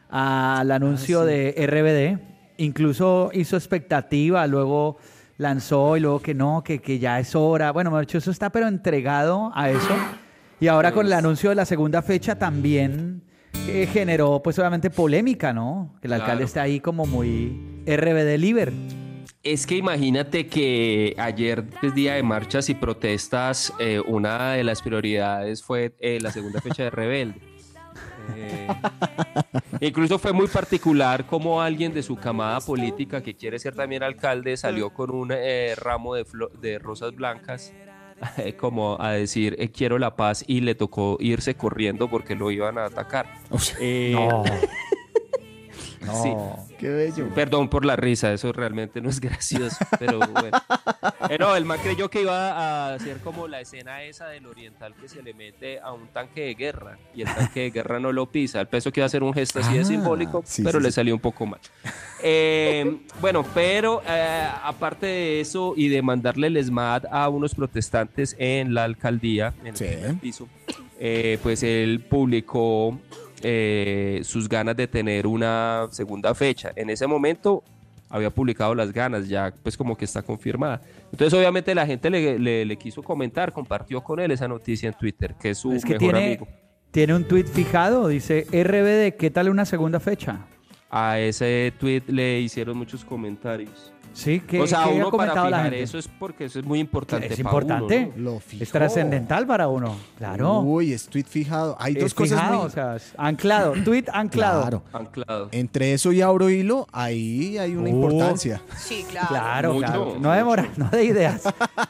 Speaker 1: al anuncio de RBD. Incluso hizo expectativa, luego lanzó y luego que no, que, que ya es hora. Bueno, Marcho, eso está pero entregado a eso. Y ahora con el anuncio de la segunda fecha también eh, generó pues obviamente polémica, ¿no? Que el alcalde
Speaker 2: Claro.
Speaker 1: está ahí como muy RBD liber.
Speaker 2: Es que imagínate que ayer, es día de marchas y protestas, eh, una de las prioridades fue eh, la segunda fecha de Rebelde. Eh, incluso fue muy particular como alguien de su camada política que quiere ser también alcalde salió con un eh, ramo de, flo- de rosas blancas eh, como a decir eh, quiero la paz y le tocó irse corriendo porque lo iban a atacar. Eh,
Speaker 8: No.
Speaker 2: Sí.
Speaker 4: Qué bello.
Speaker 2: Perdón por la risa, eso realmente no es gracioso, pero bueno. Eh, no, el man creyó que iba a hacer como la escena esa del oriental que se le mete a un tanque de guerra y el tanque de guerra no lo pisa. El peso que iba a hacer un gesto así de
Speaker 4: Ah,
Speaker 2: simbólico,
Speaker 4: sí,
Speaker 2: pero
Speaker 4: sí,
Speaker 2: le
Speaker 4: sí.
Speaker 2: salió un poco mal. Eh, bueno, pero eh, aparte de eso y de mandarle el SMAD a unos protestantes en la alcaldía, en el primer piso, eh, pues él publicó eh, sus ganas de tener una segunda fecha. En ese momento había publicado las ganas, ya pues como que está confirmada. Entonces obviamente la gente le, le- le quiso comentar, compartió con él esa noticia en Twitter, que es su
Speaker 1: Es que
Speaker 2: mejor
Speaker 1: tiene,
Speaker 2: amigo.
Speaker 1: tiene un tweet fijado, dice RBD, ¿qué tal una segunda fecha?
Speaker 2: A ese tweet le hicieron muchos comentarios.
Speaker 1: Sí, que
Speaker 2: o sea,
Speaker 1: que
Speaker 2: uno
Speaker 1: ha comentado
Speaker 2: para
Speaker 1: la
Speaker 2: fijar
Speaker 1: gente.
Speaker 2: eso es porque eso es muy importante.
Speaker 1: Es
Speaker 2: pa' uno,
Speaker 1: importante.
Speaker 2: ¿no?
Speaker 1: Es trascendental para uno. Claro.
Speaker 4: Uy, es tweet fijado. Hay
Speaker 1: Es
Speaker 4: dos cosas
Speaker 1: fijado,
Speaker 4: muy-
Speaker 1: o sea, es anclado. Tweet anclado.
Speaker 4: Claro.
Speaker 2: Anclado.
Speaker 4: Entre eso y Auro Hilo, ahí hay una
Speaker 1: Oh.
Speaker 4: importancia.
Speaker 3: Sí,
Speaker 1: Claro,
Speaker 4: Mucho.
Speaker 1: claro. No de moral, no de ideas.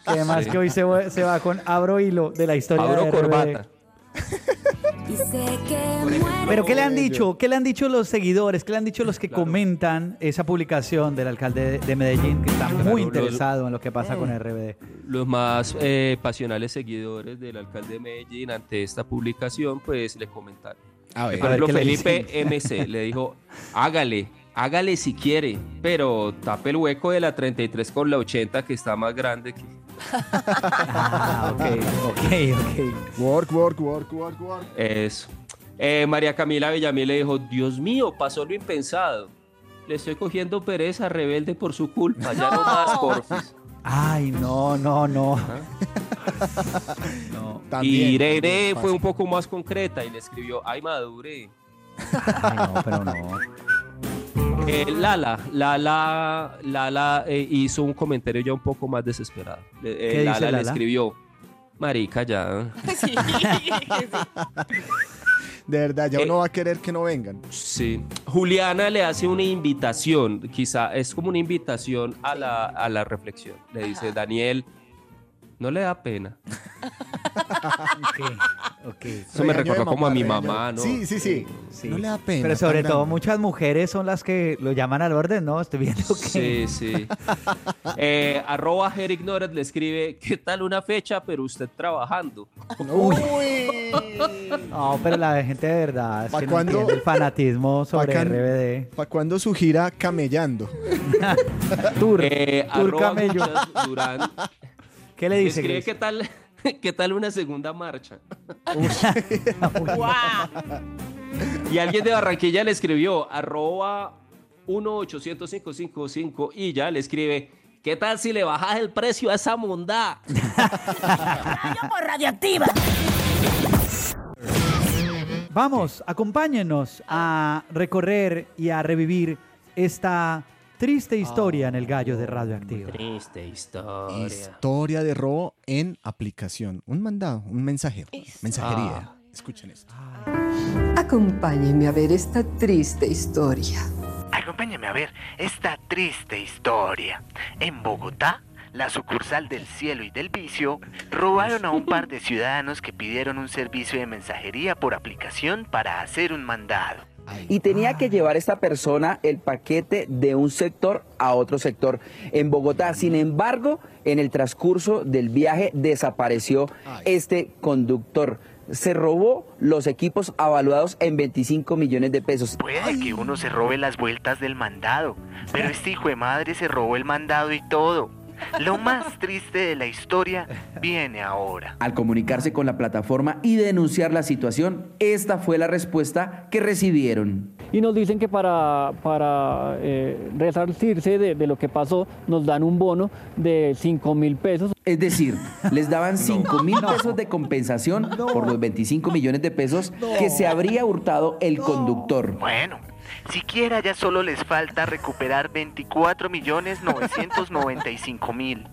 Speaker 1: Que además
Speaker 4: Sí.
Speaker 1: que hoy se va, se va con abro hilo de la historia
Speaker 2: Abro
Speaker 1: de RBD.
Speaker 2: corbata.
Speaker 1: Pero ¿qué le han dicho? ¿Qué le han dicho los seguidores? ¿Qué le han dicho los que comentan esa publicación del alcalde de- de Medellín que está muy
Speaker 2: los-
Speaker 1: interesado en lo que pasa con RBD?
Speaker 2: Los más eh, pasionales seguidores del alcalde de Medellín ante esta publicación, pues le comentaron.
Speaker 4: A ver.
Speaker 2: Por
Speaker 4: A ver,
Speaker 2: ejemplo,
Speaker 4: ¿qué le
Speaker 2: Felipe
Speaker 4: dicen?
Speaker 2: MC le dijo, hágale, hágale si quiere, pero tape el hueco de la 33 con la 80 que está más grande que...
Speaker 1: Ah, ok, ok.
Speaker 4: Work, work, work, work, work.
Speaker 2: Eso. Eh, María Camila Villamil le dijo, Dios mío, pasó lo impensado. Le estoy cogiendo pereza rebelde por su culpa. Ya no más, porfis.
Speaker 1: Ay, no, no, no. No.
Speaker 2: y Irene fue un poco más concreta y le escribió, ay, madure.
Speaker 1: Ay, no, pero no.
Speaker 2: Eh, Lala, Lala, Lala eh, hizo un comentario ya un poco más desesperado. Le- eh,
Speaker 1: ¿Qué dice
Speaker 2: Lala,
Speaker 1: Lala?
Speaker 2: le escribió, marica, ya.
Speaker 4: De verdad,
Speaker 2: Eh,
Speaker 4: ya uno va a querer que no vengan.
Speaker 2: Sí. Juliana le hace una invitación, quizá es como una invitación a la, a la reflexión. Le dice, Daniel, no le da pena. Eso me
Speaker 1: Regaño de
Speaker 2: recordó como a mi
Speaker 1: regaño.
Speaker 2: mamá, ¿no?
Speaker 4: Sí, sí, sí. No le da pena.
Speaker 1: Pero sobre
Speaker 4: tan
Speaker 1: todo
Speaker 4: grande.
Speaker 1: muchas mujeres son las que lo llaman al orden, ¿no? Estoy viendo
Speaker 2: Sí,
Speaker 1: que...
Speaker 2: sí. Eh, arroba Ger Ignoras le escribe, ¿qué tal una fecha, pero usted trabajando?
Speaker 1: Uy. No, pero la gente de verdad es
Speaker 4: ¿Pa'
Speaker 1: que no
Speaker 4: cuándo?
Speaker 1: entiende el fanatismo sobre
Speaker 4: Bacán.
Speaker 1: RBD.
Speaker 4: ¿Para cuándo su gira camellando?
Speaker 1: Tour.
Speaker 2: Eh,
Speaker 1: Tour
Speaker 2: arroba
Speaker 1: camello.
Speaker 2: Guchas Durán.
Speaker 1: ¿Qué le dice?
Speaker 2: escribe,
Speaker 1: Luis?
Speaker 2: ¿qué tal, ¿qué tal una segunda marcha? Y alguien de Barranquilla le escribió, arroba 18555 y ya le escribe, ¿qué tal si le bajas el precio a esa mundá?
Speaker 10: por radioactiva.
Speaker 1: Vamos, acompáñenos a recorrer y a revivir esta triste historia en el gallo de Radioactiva.
Speaker 2: Triste historia.
Speaker 4: Historia de robo en aplicación. Un mandado, un mensajero.
Speaker 2: Ah.
Speaker 4: Mensajería. Escuchen esto.
Speaker 11: Acompáñeme a ver esta triste historia.
Speaker 12: Acompáñame a ver esta triste historia. En Bogotá, la sucursal del cielo y del vicio, robaron a un par de ciudadanos que pidieron un servicio de mensajería por aplicación para hacer un mandado.
Speaker 13: y tenía que llevar esta persona el paquete de un sector a otro sector en Bogotá. Sin embargo, en el transcurso del viaje desapareció este conductor. Se robó los equipos avaluados en 25 millones de pesos.
Speaker 12: Puede que uno se robe las vueltas del mandado, pero este hijo de madre se robó el mandado y todo. Lo más triste de la historia viene ahora.
Speaker 13: Al comunicarse con la plataforma y denunciar la situación, esta fue la respuesta que recibieron.
Speaker 14: y nos dicen que para, para eh, resarcirse de, de lo que pasó nos dan un bono de 5 mil pesos.
Speaker 13: Es decir, les daban 5 mil pesos de compensación por los 25 millones de pesos que se habría hurtado el conductor.
Speaker 12: Bueno, siquiera ya solo les falta recuperar 24 millones 995 mil.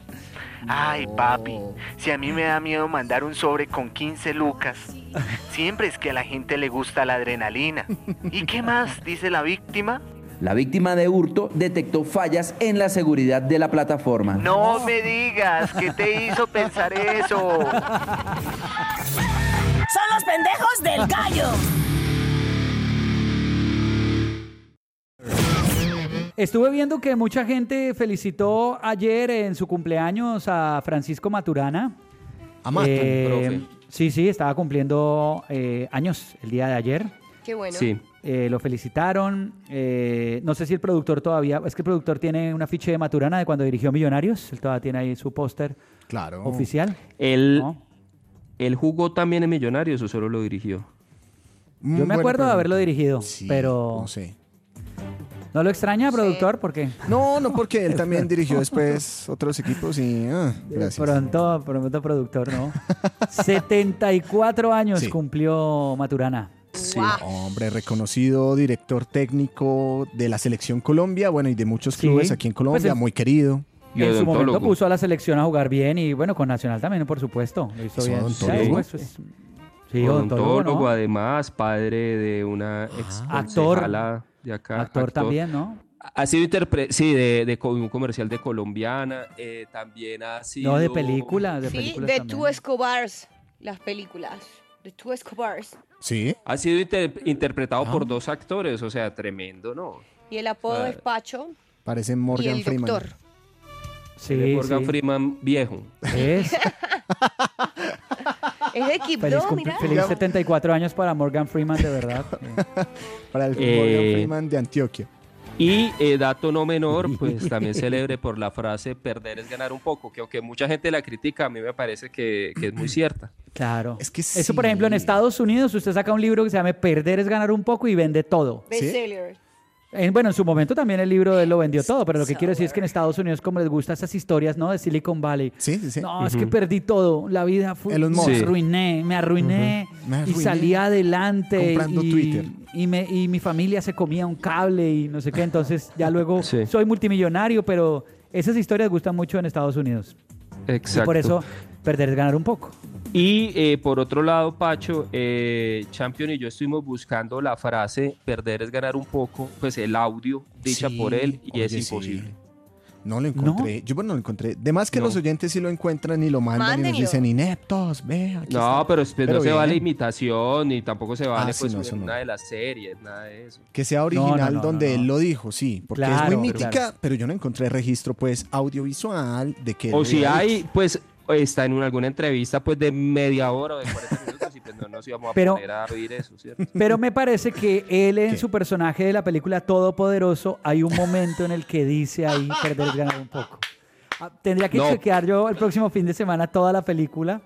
Speaker 12: Ay, papi, si a mí me da miedo mandar un sobre con 15 lucas, siempre es que a la gente le gusta la adrenalina. ¿Y qué más dice la víctima?
Speaker 13: La víctima de hurto detectó fallas en la seguridad de la plataforma.
Speaker 12: No me digas, ¿qué te hizo pensar eso?
Speaker 10: Son los pendejos del gallo.
Speaker 1: Estuve viendo que mucha gente felicitó ayer en su cumpleaños a Francisco Maturana. Eh,
Speaker 4: A Matan, profe.
Speaker 1: Sí, sí, estaba cumpliendo eh, años el día de ayer.
Speaker 3: Qué bueno.
Speaker 1: Eh, lo felicitaron. eh, no sé si el productor todavía. Es que el productor tiene un afiche de Maturana de cuando dirigió Millonarios. Él todavía tiene ahí su póster
Speaker 4: claro.
Speaker 1: oficial.
Speaker 2: Él, él jugó también en Millonarios o solo lo dirigió.
Speaker 4: Mm,
Speaker 1: Yo me acuerdo de haberlo dirigido, pero.
Speaker 4: No sé.
Speaker 1: ¿No lo extraña, productor? ¿Por qué?
Speaker 4: No, no, porque él también dirigió después otros equipos y. ah,
Speaker 1: De
Speaker 4: gracias.
Speaker 1: Pronto, pronto productor, ¿no? 74 años
Speaker 4: Sí.
Speaker 1: cumplió Maturana.
Speaker 4: Sí. Hombre, reconocido director técnico de la selección Colombia, bueno, y de muchos
Speaker 1: Sí.
Speaker 4: clubes aquí en Colombia,
Speaker 1: Pues es-
Speaker 4: muy querido.
Speaker 1: Y en su momento puso a la selección a jugar bien y bueno, con Nacional también, por supuesto. Lo hizo
Speaker 4: Es
Speaker 1: bien.
Speaker 4: odontólogo.
Speaker 1: Sí, pues, es- sí,
Speaker 2: odontólogo,
Speaker 1: odontólogo, ¿no? Ah,
Speaker 2: además, padre de una ex
Speaker 1: Actor.
Speaker 2: concejala de acá.
Speaker 1: Actor también, ¿no?
Speaker 2: Ha sido intérprete, sí, de, de co- un comercial de colombiana, eh, también ha sido...
Speaker 1: No, de película, de
Speaker 3: Sí,
Speaker 1: película
Speaker 3: de
Speaker 1: también.
Speaker 3: Two Escobars, las películas. De Two Escobars.
Speaker 4: Sí.
Speaker 2: Ha sido inter- interpretado
Speaker 1: Ah.
Speaker 2: por dos actores, o sea, tremendo, ¿no?
Speaker 3: Y el apodo
Speaker 2: Ah.
Speaker 3: es Pacho
Speaker 4: Parece
Speaker 3: y
Speaker 4: Morgan
Speaker 3: el
Speaker 4: Freeman.
Speaker 3: doctor.
Speaker 2: De
Speaker 1: Sí,
Speaker 2: Morgan
Speaker 1: sí.
Speaker 2: Freeman viejo.
Speaker 1: Es
Speaker 3: Es de Equipo,
Speaker 1: feliz, cumple-
Speaker 3: mira.
Speaker 1: feliz 74 años para Morgan Freeman, de verdad.
Speaker 4: Para el Morgan
Speaker 2: Eh,
Speaker 4: Freeman de Antioquia.
Speaker 2: Y eh, dato no menor, pues también celebre por la frase perder es ganar un poco, que aunque mucha gente la critica, a mí me parece que, que es muy cierta.
Speaker 1: Claro.
Speaker 4: Es que
Speaker 1: Eso, por ejemplo, en Estados Unidos, usted saca un libro que se llama Perder es ganar un poco y vende todo.
Speaker 3: Bestseller.
Speaker 1: En- bueno, en su momento también el libro de él lo vendió todo, pero lo que quiero decir es que en Estados Unidos, como les gustan esas historias, ¿no? De Silicon Valley.
Speaker 4: Sí, sí, sí.
Speaker 1: No, es que perdí todo. La vida fue.
Speaker 4: Elon Musk.
Speaker 1: Me
Speaker 4: Sí.
Speaker 1: arruiné, me arruiné.
Speaker 4: Ujú. Me arruiné
Speaker 1: Y salí adelante.
Speaker 4: comprando
Speaker 1: y,
Speaker 4: Twitter.
Speaker 1: Y, me- y mi familia se comía un cable y no sé qué. Entonces, ya luego soy multimillonario, pero esas historias gustan mucho en Estados Unidos.
Speaker 2: Exacto.
Speaker 1: Y por eso, perder es ganar un poco.
Speaker 2: Y eh, por otro lado, Pacho, eh, Champion y yo estuvimos buscando la frase perder es ganar un poco, pues el audio dicha
Speaker 4: Sí,
Speaker 2: por él y es
Speaker 4: oye, sí.
Speaker 2: imposible.
Speaker 4: No lo encontré. Yo, bueno, lo encontré. De más que los oyentes sí lo encuentran y lo mandan y
Speaker 3: Mándenlo.
Speaker 4: nos dicen ineptos, ve. Aquí
Speaker 2: No,
Speaker 4: está".
Speaker 2: pero, pues,
Speaker 4: Pero
Speaker 2: no se vale
Speaker 4: bien.
Speaker 2: imitación ni tampoco se vale
Speaker 4: Ah, sí,
Speaker 2: pues,
Speaker 4: no, eso no.
Speaker 2: una de las series, nada de eso.
Speaker 4: Que sea
Speaker 2: no,
Speaker 4: original
Speaker 2: no, no,
Speaker 4: donde
Speaker 2: no.
Speaker 4: él lo dijo, sí. Porque es
Speaker 2: Claro,
Speaker 4: muy
Speaker 2: pero-
Speaker 4: mítica, pero yo no encontré registro, pues, audiovisual de que. él
Speaker 2: O
Speaker 4: lo
Speaker 2: si
Speaker 4: había
Speaker 2: hay,
Speaker 4: dicho.
Speaker 2: pues está en una- alguna entrevista pues de media hora o de 40 minutos y pues no nos íbamos a
Speaker 1: Pero-
Speaker 2: poner a oír eso, ¿cierto?
Speaker 1: Pero me parece que él en su personaje de la película Todopoderoso hay un momento en el que dice ahí perder es ganar un poco. Ah, Tendría que
Speaker 2: No.
Speaker 1: chequear yo el próximo fin de semana toda la película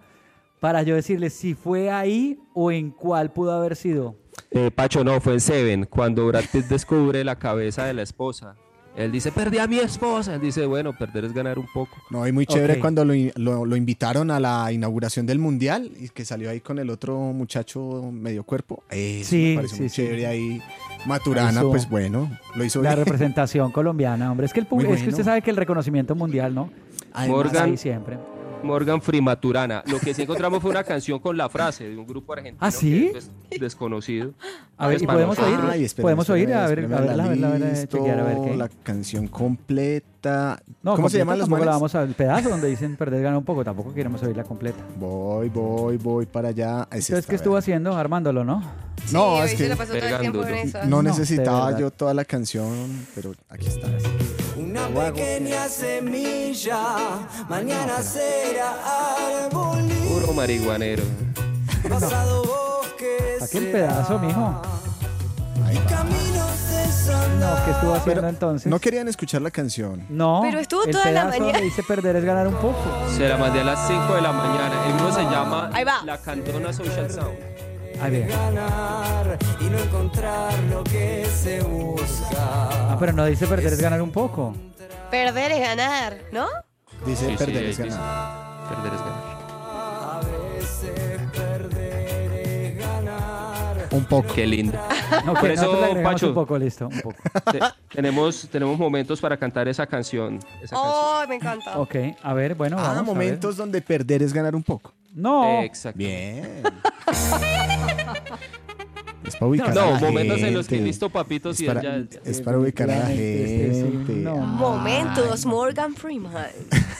Speaker 1: para yo decirle si fue ahí o en cuál pudo haber sido.
Speaker 2: Eh, Pacho, no, fue en Seven, cuando Brad Pitt descubre la cabeza de la esposa. Él dice, perdí a mi esposa. Él dice, bueno, perder es ganar un poco.
Speaker 4: No, y muy chévere
Speaker 2: Ok.
Speaker 4: cuando lo, lo- lo invitaron a la inauguración del mundial y que salió ahí con el otro muchacho medio cuerpo. Eh, Eso
Speaker 1: Sí,
Speaker 4: me pareció
Speaker 1: sí,
Speaker 4: muy
Speaker 1: sí.
Speaker 4: chévere ahí. Maturana,
Speaker 1: Eso.
Speaker 4: pues bueno, lo hizo
Speaker 1: La
Speaker 4: bien.
Speaker 1: representación colombiana, hombre. Es que, el pu-
Speaker 4: Muy
Speaker 1: es que
Speaker 4: bueno.
Speaker 1: usted sabe que el reconocimiento mundial, ¿no?
Speaker 2: Además- Morgan-
Speaker 1: Ahí siempre.
Speaker 2: Morgan Frimaturana. Lo que sí encontramos fue una canción con la frase de un grupo argentino.
Speaker 1: ¿Ah, sí?
Speaker 2: que es des- desconocido.
Speaker 1: A ver,
Speaker 2: Pues
Speaker 1: ¿y
Speaker 2: para
Speaker 1: podemos
Speaker 2: nosotros-
Speaker 1: oír?
Speaker 4: Ay, espérame,
Speaker 1: Podemos oír,
Speaker 4: espérame,
Speaker 1: a ver,
Speaker 4: espérame,
Speaker 1: a ver,
Speaker 4: la
Speaker 1: a ver, a ver, eh,
Speaker 4: listo,
Speaker 1: chequear, a ver qué.
Speaker 4: La canción completa.
Speaker 1: No,
Speaker 4: ¿Cómo se
Speaker 1: completa
Speaker 4: llaman los
Speaker 1: tampoco la
Speaker 4: manes?
Speaker 1: vamos al pedazo donde dicen perder es ganar un poco. Tampoco queremos oírla completa.
Speaker 4: Voy, voy, voy para allá. Es
Speaker 1: Entonces,
Speaker 4: esta, a
Speaker 1: ¿qué
Speaker 4: ver.
Speaker 1: estuvo haciendo? Armándolo, ¿no?
Speaker 4: No,
Speaker 3: hoy
Speaker 4: Oh, es
Speaker 3: se
Speaker 4: que
Speaker 3: la pasó todo el tiempo con eso.
Speaker 4: no
Speaker 3: No,
Speaker 1: de
Speaker 4: necesitaba
Speaker 1: verdad.
Speaker 4: yo toda la canción, pero aquí está.
Speaker 15: Una pequeña semilla, mañana será árbol,
Speaker 2: Puro marihuanero.
Speaker 15: pasado bosque
Speaker 1: Aquel pedazo, mijo.
Speaker 15: y caminos de sandal.
Speaker 1: No, ¿qué estuvo haciendo entonces?
Speaker 4: No querían escuchar la canción.
Speaker 1: No.
Speaker 15: Pero estuvo
Speaker 1: el
Speaker 15: toda la
Speaker 1: pedazo
Speaker 15: mañana.
Speaker 1: donde dice perder es ganar un poco.
Speaker 2: Se la mandé a las 5 de la mañana. El mismo se llama
Speaker 15: Ahí va.
Speaker 2: La Cantona Social Sound.
Speaker 1: A ver.
Speaker 15: Ganar y no encontrar lo que se busca.
Speaker 1: Ah, pero no dice perder es ganar un poco.
Speaker 3: Perder es ganar, ¿no?
Speaker 4: Dice
Speaker 2: Sí, sí,
Speaker 4: perder
Speaker 2: ahí
Speaker 4: es
Speaker 2: dice,
Speaker 4: ganar.
Speaker 2: Perder es ganar.
Speaker 15: A veces perder es ganar.
Speaker 4: Un poco.
Speaker 2: Qué lindo.
Speaker 1: No,
Speaker 2: Por
Speaker 1: que nosotros le
Speaker 2: eso,
Speaker 1: agregamos
Speaker 2: Pacho,
Speaker 1: un poco, listo, un poco.
Speaker 2: te- tenemos, tenemos momentos para cantar esa canción. Esa
Speaker 3: Oh, me encanta.
Speaker 1: Ok, a ver, bueno,
Speaker 4: Ah,
Speaker 1: vamos a ver.
Speaker 4: momentos donde perder es ganar un poco.
Speaker 1: No.
Speaker 2: canción. Exacto.
Speaker 4: Bien. es para ubicar a
Speaker 2: No,
Speaker 4: la
Speaker 2: momentos en los que he
Speaker 4: gente.
Speaker 2: visto papitos
Speaker 4: Es
Speaker 2: y
Speaker 4: para,
Speaker 2: ella.
Speaker 4: es para ubicar a la
Speaker 1: Definitivamente, es que Este, sí.
Speaker 4: gente.
Speaker 1: No.
Speaker 3: Momentos, Morgan Freeman.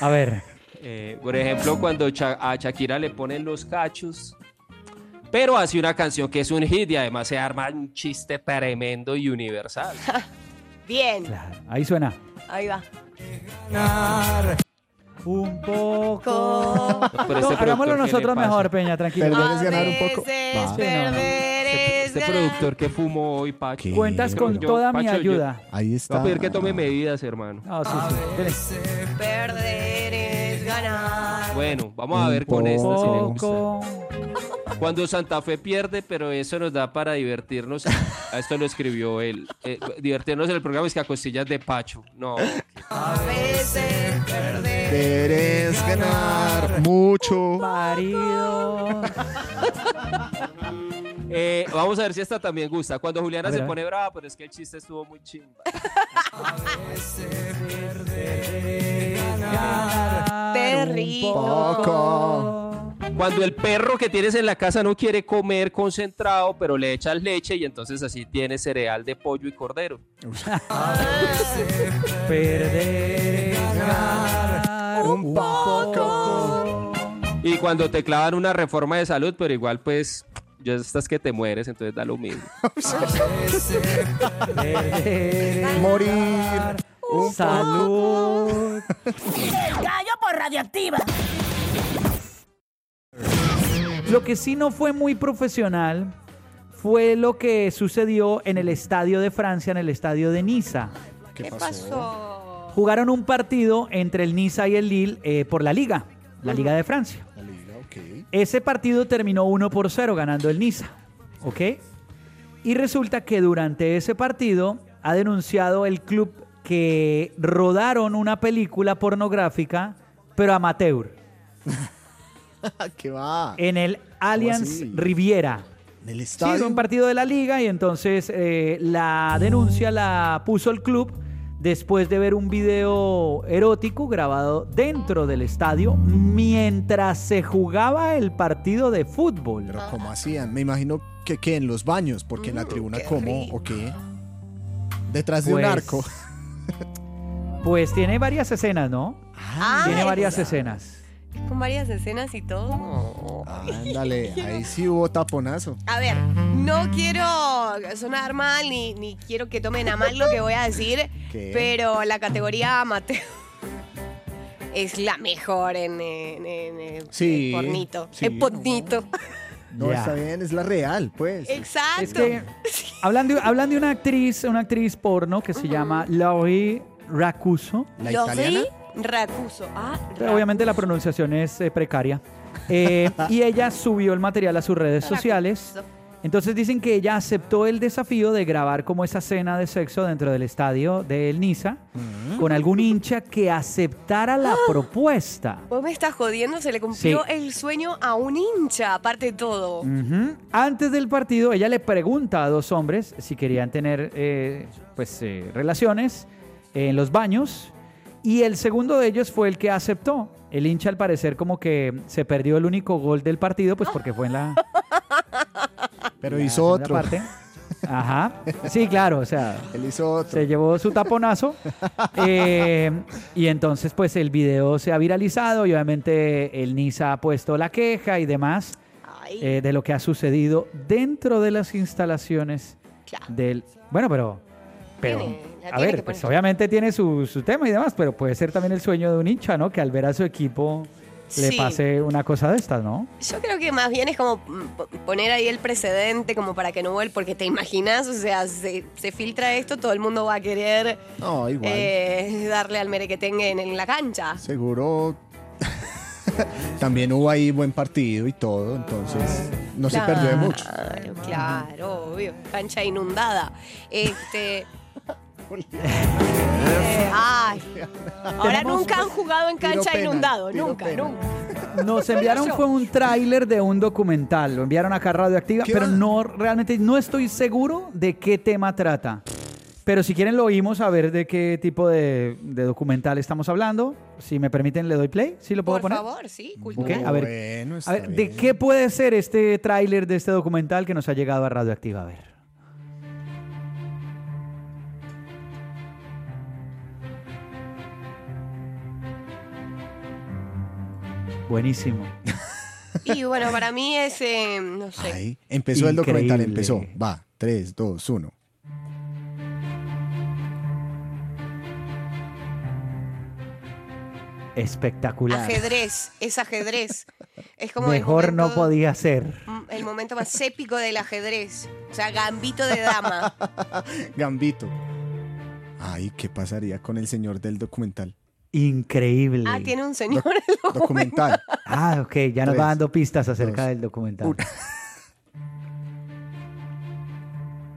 Speaker 1: A ver.
Speaker 2: Eh, por ejemplo, cuando Cha- a Shakira le ponen los cachos, pero hace una canción que es un hit y además se arma un chiste tremendo y universal.
Speaker 3: Bien,
Speaker 1: Claro, ahí suena.
Speaker 3: ahí va.
Speaker 1: Un poco.
Speaker 2: pero
Speaker 1: No,
Speaker 2: este
Speaker 1: hagámoslo
Speaker 2: productor, ¿qué
Speaker 1: nosotros
Speaker 2: le pasa?
Speaker 1: mejor, Peña, tranquilo.
Speaker 4: Perder
Speaker 3: A
Speaker 4: es ganar un poco.
Speaker 3: veces
Speaker 4: Va.
Speaker 3: perder es
Speaker 2: Este
Speaker 3: ganar.
Speaker 2: productor que fumó hoy, Pacho.
Speaker 4: ¿Qué?
Speaker 1: Cuentas con
Speaker 2: Yo-
Speaker 1: toda mi
Speaker 2: Pacho, yo-
Speaker 1: ayuda.
Speaker 4: Ahí
Speaker 2: Voy
Speaker 4: está.
Speaker 2: a pedir que tome medidas, hermano.
Speaker 1: No, sí, sí. Dele.
Speaker 3: Perder es ganar.
Speaker 2: Bueno, vamos a ver con
Speaker 4: Un
Speaker 2: esta si le gusta.
Speaker 1: Poco.
Speaker 2: Cuando Santa Fe pierde, pero eso nos da para divertirnos. A esto lo escribió él. Eh, divertirnos en el programa es que a costillas de Pacho. No.
Speaker 15: A veces perder.
Speaker 4: Querés ganar mucho.
Speaker 1: Marido.
Speaker 2: Eh, vamos a ver si esta también gusta. Cuando Juliana
Speaker 4: A ver,
Speaker 2: se
Speaker 4: a ver.
Speaker 2: pone brava, pero es que el chiste estuvo muy chimba.
Speaker 3: Perrito.
Speaker 2: Cuando el perro que tienes en la casa no quiere comer concentrado, pero le echas leche y entonces así tienes cereal de pollo y cordero.
Speaker 1: Perder. Ganar un poco.
Speaker 2: Y cuando te clavan una reforma de salud, pero igual pues ya estás que te mueres, entonces da lo mismo.
Speaker 4: Morir.
Speaker 1: Un Salud.
Speaker 10: El gallo por radioactiva.
Speaker 1: Lo que sí no fue muy profesional fue lo que sucedió en el estadio de Francia, en el estadio de Niza.
Speaker 3: ¿Qué pasó?
Speaker 1: Jugaron un partido entre el Niza y el Lille eh, por la Liga, la Liga de Francia. Ese partido terminó 1 por 0 ganando el Niza, ¿ok? Y resulta que durante ese partido ha denunciado el club que rodaron una película pornográfica, pero amateur,
Speaker 4: ¿Qué va?
Speaker 1: en el Allianz
Speaker 4: así?
Speaker 1: Riviera.
Speaker 4: En el
Speaker 1: Sí, fue un partido de la liga y entonces eh, la denuncia la puso el club después de ver un video erótico grabado dentro del estadio mientras se jugaba el partido de fútbol.
Speaker 4: Pero ¿cómo hacían? Me imagino que, que en los baños, porque en la tribuna ¿cómo? ¿O qué? Detrás de un
Speaker 1: Pues,
Speaker 4: arco.
Speaker 1: Pues tiene varias escenas, ¿no? tiene varias escenas.
Speaker 3: Ah, Con varias escenas y todo.
Speaker 4: Ándale, ahí sí hubo taponazo.
Speaker 3: A ver, no quiero sonar mal ni, ni quiero que tomen a mal lo que voy a decir,
Speaker 4: ¿Qué?
Speaker 3: pero la categoría amateur es la mejor en, en, en- en-
Speaker 4: Sí,
Speaker 3: en pornito.
Speaker 4: sí,
Speaker 3: en pornito.
Speaker 4: No,
Speaker 1: Ya.
Speaker 4: está bien, es la real, pues.
Speaker 3: Exacto.
Speaker 1: Es que hablan de, hablan de una actriz, una actriz porno que se llama Laurie Racuso.
Speaker 3: Lo vi Racuso. Ah,
Speaker 1: Pero obviamente la pronunciación es eh, precaria. Eh, y ella subió el material a sus redes sociales. Entonces dicen que ella aceptó el desafío de grabar como esa cena de sexo dentro del estadio del Niza con algún hincha que aceptara la propuesta.
Speaker 3: Vos me estás jodiendo, se le cumplió
Speaker 1: Sí.
Speaker 3: el sueño a un hincha, aparte de todo.
Speaker 1: Ujú. Antes del partido, ella le pregunta a dos hombres si querían tener eh, pues, eh, relaciones en los baños. Y el segundo de ellos fue el que aceptó. El hincha, al parecer, como que se perdió el único gol del partido, pues porque fue en la.
Speaker 4: Pero
Speaker 1: la
Speaker 4: hizo
Speaker 1: segunda
Speaker 4: otro.
Speaker 1: parte. Ajá. Sí, claro, o sea.
Speaker 4: Él hizo otro.
Speaker 1: Se llevó su taponazo. eh, y entonces, pues el video se ha viralizado y obviamente el NISA ha puesto la queja y demás eh, de lo que ha sucedido dentro de las instalaciones del. Bueno, pero. pero
Speaker 3: Tiene- la
Speaker 1: a
Speaker 3: tiene
Speaker 1: ver,
Speaker 3: que
Speaker 1: pues
Speaker 3: poner.
Speaker 1: obviamente tiene su, su tema y demás, pero puede ser también el sueño de un hincha, ¿no? Que al ver a su equipo le
Speaker 3: Sí.
Speaker 1: pase una cosa de estas, ¿no?
Speaker 3: Yo creo que más bien es como mm, po- poner ahí el precedente como para que no vuelva, porque te imaginas, o sea, se, se filtra esto, todo el mundo va a querer
Speaker 4: No, igual.
Speaker 3: eh, darle al merequetengue en, en la cancha.
Speaker 4: Seguro. También hubo ahí buen partido y todo, entonces no se perdió de mucho.
Speaker 3: Claro, claro, obvio. Cancha inundada. Este. eh, ay. Ahora
Speaker 1: Tenemos-
Speaker 3: nunca han jugado en
Speaker 1: Tiro
Speaker 3: cancha
Speaker 1: penal,
Speaker 3: inundado,
Speaker 1: tiro
Speaker 3: nunca,
Speaker 1: penal.
Speaker 3: nunca.
Speaker 1: Nos enviaron fue un tráiler de un documental, lo enviaron acá a Radio Activa, pero no realmente no estoy seguro de qué tema trata. Pero si quieren lo oímos a ver de qué tipo de, de documental estamos hablando. Si me permiten le doy play, si lo puedo
Speaker 3: Por
Speaker 1: poner.
Speaker 3: favor, sí,
Speaker 1: Ok,
Speaker 3: cultural.
Speaker 1: a ver,
Speaker 4: Bueno,
Speaker 1: a
Speaker 4: está
Speaker 1: ver, ¿de qué puede ser este tráiler de este documental que nos ha llegado a Radio Activa? A ver. Buenísimo.
Speaker 3: Y bueno, para mí es, eh, no sé.
Speaker 4: Empezó el documental,
Speaker 1: Increíble.
Speaker 4: empezó. Va, 3, 2, 1.
Speaker 1: Espectacular.
Speaker 3: Ajedrez, es ajedrez. Es como el
Speaker 1: Mejor no
Speaker 3: momento-
Speaker 1: podía ser.
Speaker 3: Mm, El momento más épico del ajedrez. O sea, gambito de dama.
Speaker 4: Gambito. Ay, ¿qué pasaría con el señor del documental?
Speaker 1: Increíble.
Speaker 3: Ah, tiene un señor.
Speaker 4: Documental.
Speaker 1: Ah, ok, ya nos
Speaker 4: Tres,
Speaker 1: va dando pistas acerca del documental.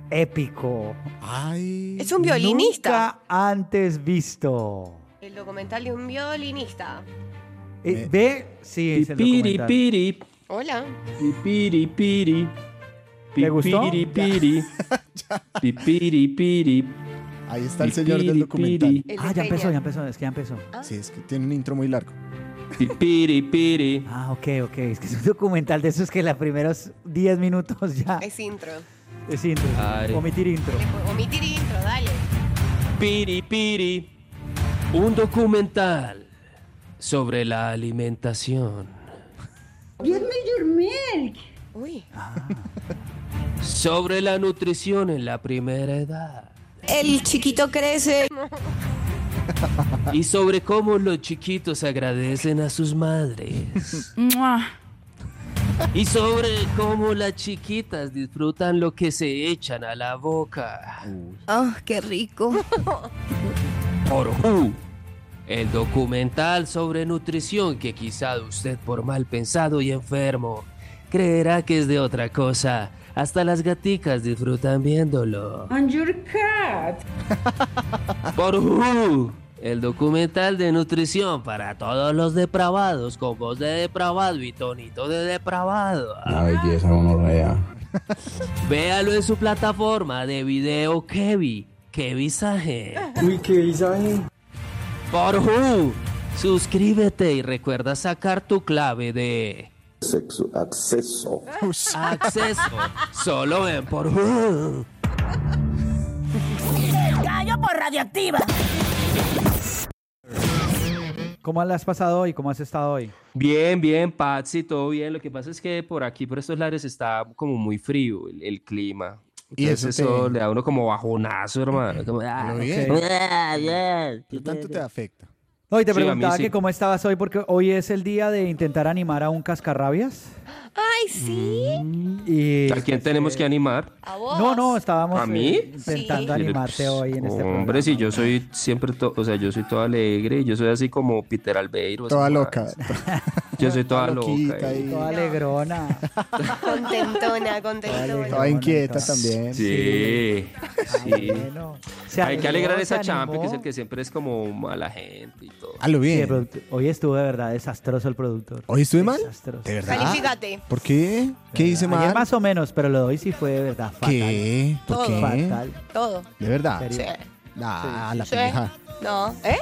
Speaker 1: épico.
Speaker 4: Ay.
Speaker 3: Es un violinista.
Speaker 1: Nunca antes visto.
Speaker 3: El documental de un violinista.
Speaker 1: Eh, ¿Ve? Sí, es el
Speaker 8: Pipiri,
Speaker 1: documental.
Speaker 8: piri,
Speaker 3: Hola.
Speaker 8: pipiri, piri.
Speaker 1: ¿Te gustó?
Speaker 8: Pipiri, piri. Pipiri, piri.
Speaker 4: Ahí está el señor del documental.
Speaker 3: El
Speaker 1: Ah,
Speaker 3: de
Speaker 1: ya
Speaker 3: Peña.
Speaker 1: empezó, ya empezó, es que ya empezó.
Speaker 3: Ah.
Speaker 4: Sí, es que tiene un intro muy largo.
Speaker 8: Pipiri, piri.
Speaker 1: Ah, ok, ok. Es que es un documental de esos que los primeros 10 minutos ya
Speaker 3: Es intro.
Speaker 1: es intro.
Speaker 8: Ay.
Speaker 1: Omitir intro.
Speaker 3: Omitir intro, dale.
Speaker 8: Piri Piri, un documental sobre la alimentación,
Speaker 10: Give me your milk.
Speaker 3: Uy.
Speaker 8: sobre la nutrición en la primera edad
Speaker 3: El chiquito crece.
Speaker 8: y sobre cómo los chiquitos agradecen a sus madres y sobre cómo las chiquitas disfrutan lo que se echan a la boca.
Speaker 16: Oh,
Speaker 3: Ah,
Speaker 16: qué rico.
Speaker 8: Por Who, el documental sobre nutrición que quizá usted por mal pensado y enfermo creerá que es de otra cosa. Hasta las gaticas disfrutan viéndolo.
Speaker 10: And your cat.
Speaker 8: Por Who, el documental de nutrición para todos los depravados con voz de depravado y tonito de depravado.
Speaker 17: Una belleza gonorrea.
Speaker 8: Véalo en su plataforma de video Kevi. ¡Qué visaje!
Speaker 17: Uy, qué visaje.
Speaker 8: Por Who, suscríbete y recuerda sacar tu clave de...
Speaker 17: Sexo, acceso.
Speaker 8: Acceso solo en por Who.
Speaker 10: Gallo por radioactiva.
Speaker 1: ¿Cómo la has pasado hoy? ¿Cómo has estado hoy?
Speaker 2: Bien, bien, Patsy, todo bien. Lo que pasa es que por aquí, por estos lares, está como muy frío el, el clima.
Speaker 4: Y
Speaker 2: Entonces
Speaker 4: eso
Speaker 2: eso,
Speaker 4: te-
Speaker 2: le da a uno como bajonazo, hermano. Como, ah,
Speaker 4: Lo bien.
Speaker 8: ah, ya.
Speaker 4: ¿Qué tanto te afecta?
Speaker 1: No, y te
Speaker 2: Sí, a mí
Speaker 1: preguntaba
Speaker 2: sí.
Speaker 1: que cómo estabas hoy, porque hoy es el día de intentar animar a un cascarrabias.
Speaker 3: Ay, sí.
Speaker 1: Y
Speaker 2: ¿A quién tenemos que animar?
Speaker 3: A vos.
Speaker 1: no, no, estábamos
Speaker 2: ¿A mí?
Speaker 1: eh, intentando
Speaker 2: Sí.
Speaker 1: animarte hoy en este programa.
Speaker 2: pues, Hombre, si yo soy siempre, to- o sea, yo soy todo alegre, yo soy así como Peter Albeiro. así
Speaker 4: Toda
Speaker 2: como- "Ah,
Speaker 4: loca.
Speaker 2: Yo soy toda loca.
Speaker 4: loquita
Speaker 2: eh.
Speaker 4: y
Speaker 1: Toda alegrona.
Speaker 3: Contentona, contentona.
Speaker 4: toda inquieta también.
Speaker 2: Sí, sí.
Speaker 1: Bueno, se
Speaker 2: Hay que
Speaker 1: animó,
Speaker 2: alegrar
Speaker 1: se
Speaker 2: esa champa,
Speaker 1: animó.
Speaker 2: que es el que siempre es como mala gente y todo.
Speaker 4: A Ah, lo
Speaker 1: Sí, el
Speaker 4: bien.
Speaker 1: productor- hoy estuvo de verdad desastroso el productor.
Speaker 4: ¿Hoy estuve mal?
Speaker 1: Desastroso.
Speaker 4: ¿De verdad?
Speaker 3: Califícate.
Speaker 4: ¿Por qué? ¿Qué hice
Speaker 1: Ayer
Speaker 4: mal?
Speaker 1: más o menos, pero lo de hoy sí fue de verdad fatal.
Speaker 4: ¿Qué? ¿Por
Speaker 3: Todo.
Speaker 4: qué?
Speaker 1: Fatal.
Speaker 3: Todo.
Speaker 4: ¿De verdad?
Speaker 3: Sí.
Speaker 4: Ah, la
Speaker 3: Sí.
Speaker 4: pendeja.
Speaker 3: No. ¿Eh?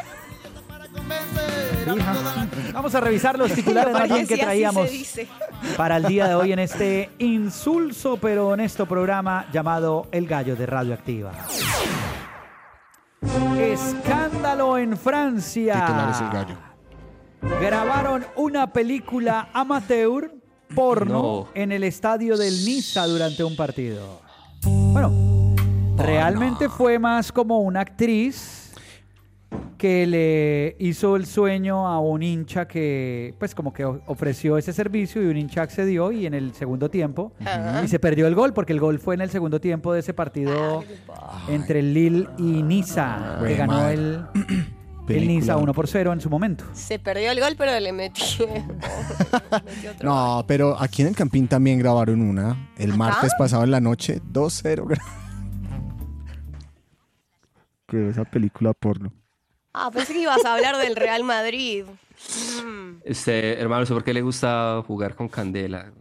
Speaker 1: Hija. Vamos a revisar los titulares más bien
Speaker 3: Porque
Speaker 1: que
Speaker 3: sí, así
Speaker 1: traíamos
Speaker 3: se dice.
Speaker 1: para el día de hoy en este insulso pero honesto programa llamado El Gallo de Radioactiva. Escándalo en Francia.
Speaker 4: Titulares el gallo.
Speaker 1: Grabaron una película amateur porno
Speaker 2: No.
Speaker 1: en el estadio del Niza durante un partido. Bueno, realmente fue más como una actriz que le hizo el sueño a un hincha que, pues como que o- ofreció ese servicio y un hincha accedió y en el segundo tiempo y se perdió el gol porque el gol fue en el segundo tiempo de ese partido entre Lille y Niza que
Speaker 4: Güey,
Speaker 1: ganó
Speaker 4: madre.
Speaker 1: el, el
Speaker 4: Película.
Speaker 1: Niza 1 por 0 en su momento.
Speaker 3: Se perdió el gol, pero le metió. metió otro.
Speaker 4: No, pero aquí en el Campín también grabaron una. El martes pasado en la noche, 2-0. gra- Creo esa película porno.
Speaker 3: Ah, pensé que ibas a hablar del Real Madrid. Mm.
Speaker 2: Este, hermano, ¿por qué le gusta jugar con candela?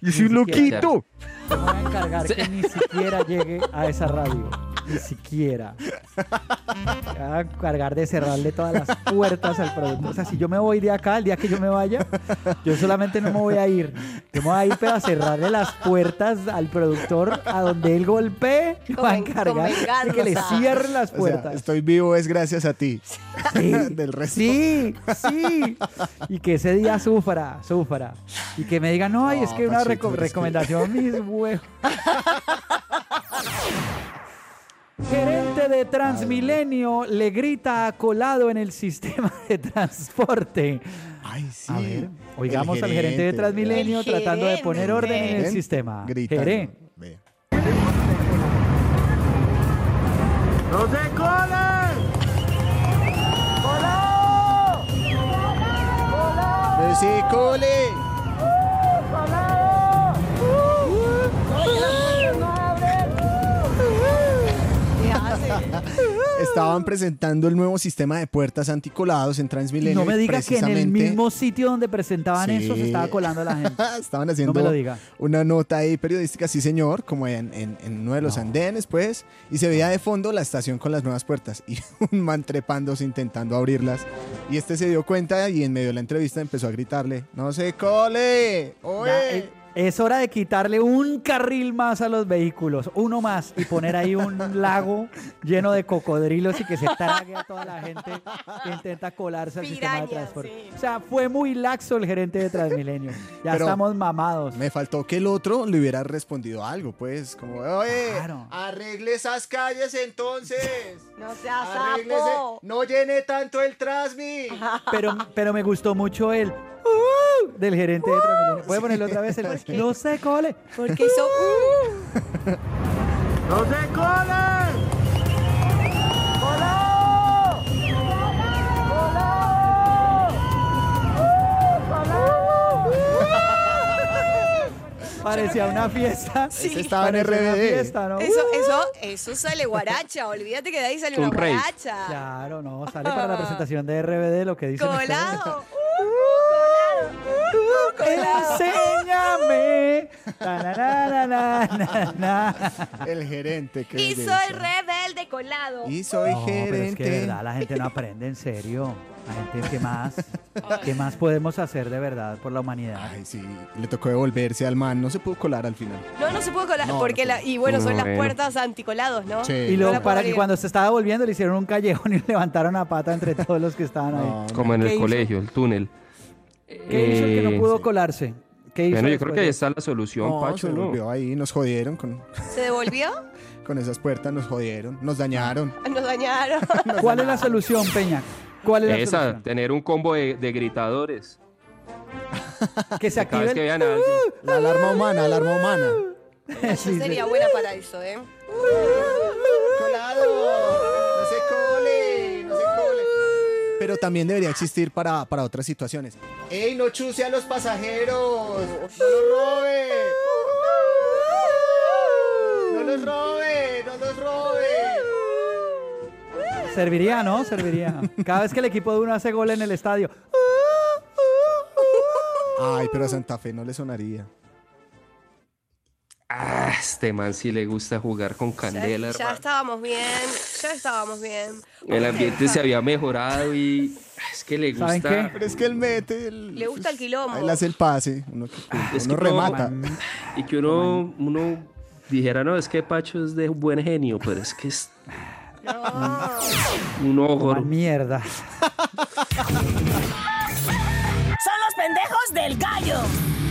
Speaker 4: ¡Yo soy un loquito!
Speaker 1: Me voy a encargar que ni siquiera llegue a esa radio. Ni siquiera. Me voy a encargar de cerrarle todas las puertas al producto. O sea, si yo me voy de acá, el día que yo me vaya, yo solamente no me voy a ir. Yo me voy a ir, pero a cerrarle las puertas al productor a donde él golpee. Me voy a
Speaker 3: Con- con
Speaker 1: encargar de que le
Speaker 3: venganza.
Speaker 1: cierren las
Speaker 4: O sea,
Speaker 1: puertas.
Speaker 4: estoy vivo es gracias a ti.
Speaker 1: Sí.
Speaker 4: Del resto.
Speaker 1: Sí, sí. Y que ese día sufra, sufra. Y que me diga, no, ay, es
Speaker 4: No,
Speaker 1: que una
Speaker 4: Pachito,
Speaker 1: reco-
Speaker 4: pero es que-
Speaker 1: recomendación, mis huevos. Gerente de Transmilenio le grita a colado en el sistema de transporte.
Speaker 4: Ay, sí.
Speaker 1: A ver, oigamos al gerente de Transmilenio
Speaker 3: El
Speaker 1: tratando de poner orden en el
Speaker 4: Ven,
Speaker 1: sistema.
Speaker 4: grita.
Speaker 1: Geré.
Speaker 4: Ve.
Speaker 10: ¡No se colen!
Speaker 4: Pero sí, cole.
Speaker 10: ¡No abren!
Speaker 4: estaban presentando el nuevo sistema de puertas anticolados en Transmilenio.
Speaker 1: No me
Speaker 4: y
Speaker 1: digas que en el
Speaker 4: precisamente
Speaker 1: mismo sitio donde presentaban
Speaker 4: Sí.
Speaker 1: eso se estaba colando la gente.
Speaker 4: Estaban haciendo
Speaker 1: No me lo diga.
Speaker 4: una nota ahí periodística, sí señor, como en, en- en uno de los andenes, pues, y se veía de fondo la estación con las nuevas puertas y un man trepándose intentando abrirlas. Y este se dio cuenta y en medio de la entrevista empezó a gritarle, no se cole, oe".
Speaker 1: Ya, eh, es hora de quitarle un carril más a los vehículos, uno más, y poner ahí un lago lleno de cocodrilos y que se trague a toda la gente que intenta colarse al sistema de transporte. O sea, fue muy laxo el gerente de Transmilenio. Ya
Speaker 4: Pero
Speaker 1: estamos mamados.
Speaker 4: Me faltó que el otro le hubiera respondido algo, pues, como, oye,
Speaker 18: Arregle esas calles entonces.
Speaker 3: No seas
Speaker 18: Arréglese.
Speaker 3: sapo.
Speaker 18: No llene tanto el trasmi.
Speaker 1: Pero, pero me gustó mucho el "Uh", del gerente de Transmilenio. Voy a ponerlo otra vez. el-
Speaker 18: qué?
Speaker 1: no se cole.
Speaker 3: Porque uh, hizo
Speaker 10: ¡No se colen!
Speaker 1: Parecía una fiesta.
Speaker 3: Sí. Ese
Speaker 4: estaba en
Speaker 1: Parecía una
Speaker 4: RBD.
Speaker 1: fiesta, ¿no?
Speaker 3: Eso, eso, eso sale guaracha. Olvídate que de ahí sale una guaracha.
Speaker 1: Claro, no, sale para la presentación de RBD lo que dice.
Speaker 3: Colado.
Speaker 1: Uh, Enséñame. Na, na, na, na, na, na.
Speaker 4: el gerente que...
Speaker 3: Y soy rebelde colado.
Speaker 4: Y soy
Speaker 1: No, pero es que de
Speaker 4: gerente.
Speaker 1: verdad la gente no aprende en serio. La gente, ¿qué más? ¿Qué más podemos hacer de verdad por la humanidad?
Speaker 4: Ay, sí, le tocó devolverse al man, no se pudo colar al final.
Speaker 3: No, no se puede colar.
Speaker 4: No,
Speaker 3: porque
Speaker 4: no
Speaker 3: la- y bueno,
Speaker 4: No,
Speaker 3: son las
Speaker 4: bueno.
Speaker 3: puertas anticolados, ¿no?
Speaker 4: Sí.
Speaker 1: Y
Speaker 3: No
Speaker 1: luego
Speaker 3: la puedo
Speaker 1: para que
Speaker 3: abrir.
Speaker 1: cuando se estaba volviendo le hicieron un callejón y levantaron a pata entre todos los que estaban ahí.
Speaker 2: Como en
Speaker 1: ¿Qué
Speaker 2: el
Speaker 1: hizo?
Speaker 2: colegio, el túnel.
Speaker 1: ¿Qué hizo el que
Speaker 2: Eh,
Speaker 1: no pudo colarse? ¿Qué hizo
Speaker 2: Bueno, yo
Speaker 1: después
Speaker 2: creo que ahí
Speaker 1: de-
Speaker 2: está la solución,
Speaker 4: No,
Speaker 2: Pacho,
Speaker 4: se
Speaker 2: ¿no?
Speaker 4: devolvió ahí, nos jodieron con,
Speaker 3: ¿Se devolvió?
Speaker 4: con esas puertas, nos jodieron, nos dañaron.
Speaker 3: Nos dañaron.
Speaker 1: ¿Cuál es la solución, Peña? ¿Cuál es la
Speaker 2: Esa,
Speaker 1: solución?
Speaker 2: tener un combo de, de gritadores.
Speaker 1: Que se
Speaker 2: Cada
Speaker 1: active
Speaker 2: vez
Speaker 1: el-
Speaker 2: que vean a alguien.
Speaker 4: La alarma humana, alarma humana.
Speaker 3: Yo sería buena para eso, ¿eh?
Speaker 18: Colado. No se cole. No se cole.
Speaker 4: Pero también debería existir para, para otras situaciones.
Speaker 18: ¡Ey, no chuse a los pasajeros! ¡No los robe! ¡No los robe! ¡No los robe!
Speaker 1: Serviría, ¿no? Serviría. Cada vez que el equipo de uno hace gol en el estadio.
Speaker 4: Ay, pero a Santa Fe no le sonaría.
Speaker 2: Ah, este man sí le gusta jugar con candela,
Speaker 3: Ya, ya
Speaker 2: hermano.
Speaker 3: estábamos bien. Ya estábamos bien.
Speaker 2: El ambiente se había mejorado y ah, es que le
Speaker 4: ¿Saben
Speaker 2: gusta.
Speaker 4: qué? Pero es que él mete. El,
Speaker 3: Le gusta el quilombo.
Speaker 4: Él hace el pase, uno, que-
Speaker 2: Ah, Es
Speaker 4: uno
Speaker 2: que
Speaker 4: remata.
Speaker 2: Y que uno, uno dijera, no, es que Pacho es de buen genio, pero es que es un ogro.
Speaker 1: mierda.
Speaker 10: ¡Son los pendejos del gallo!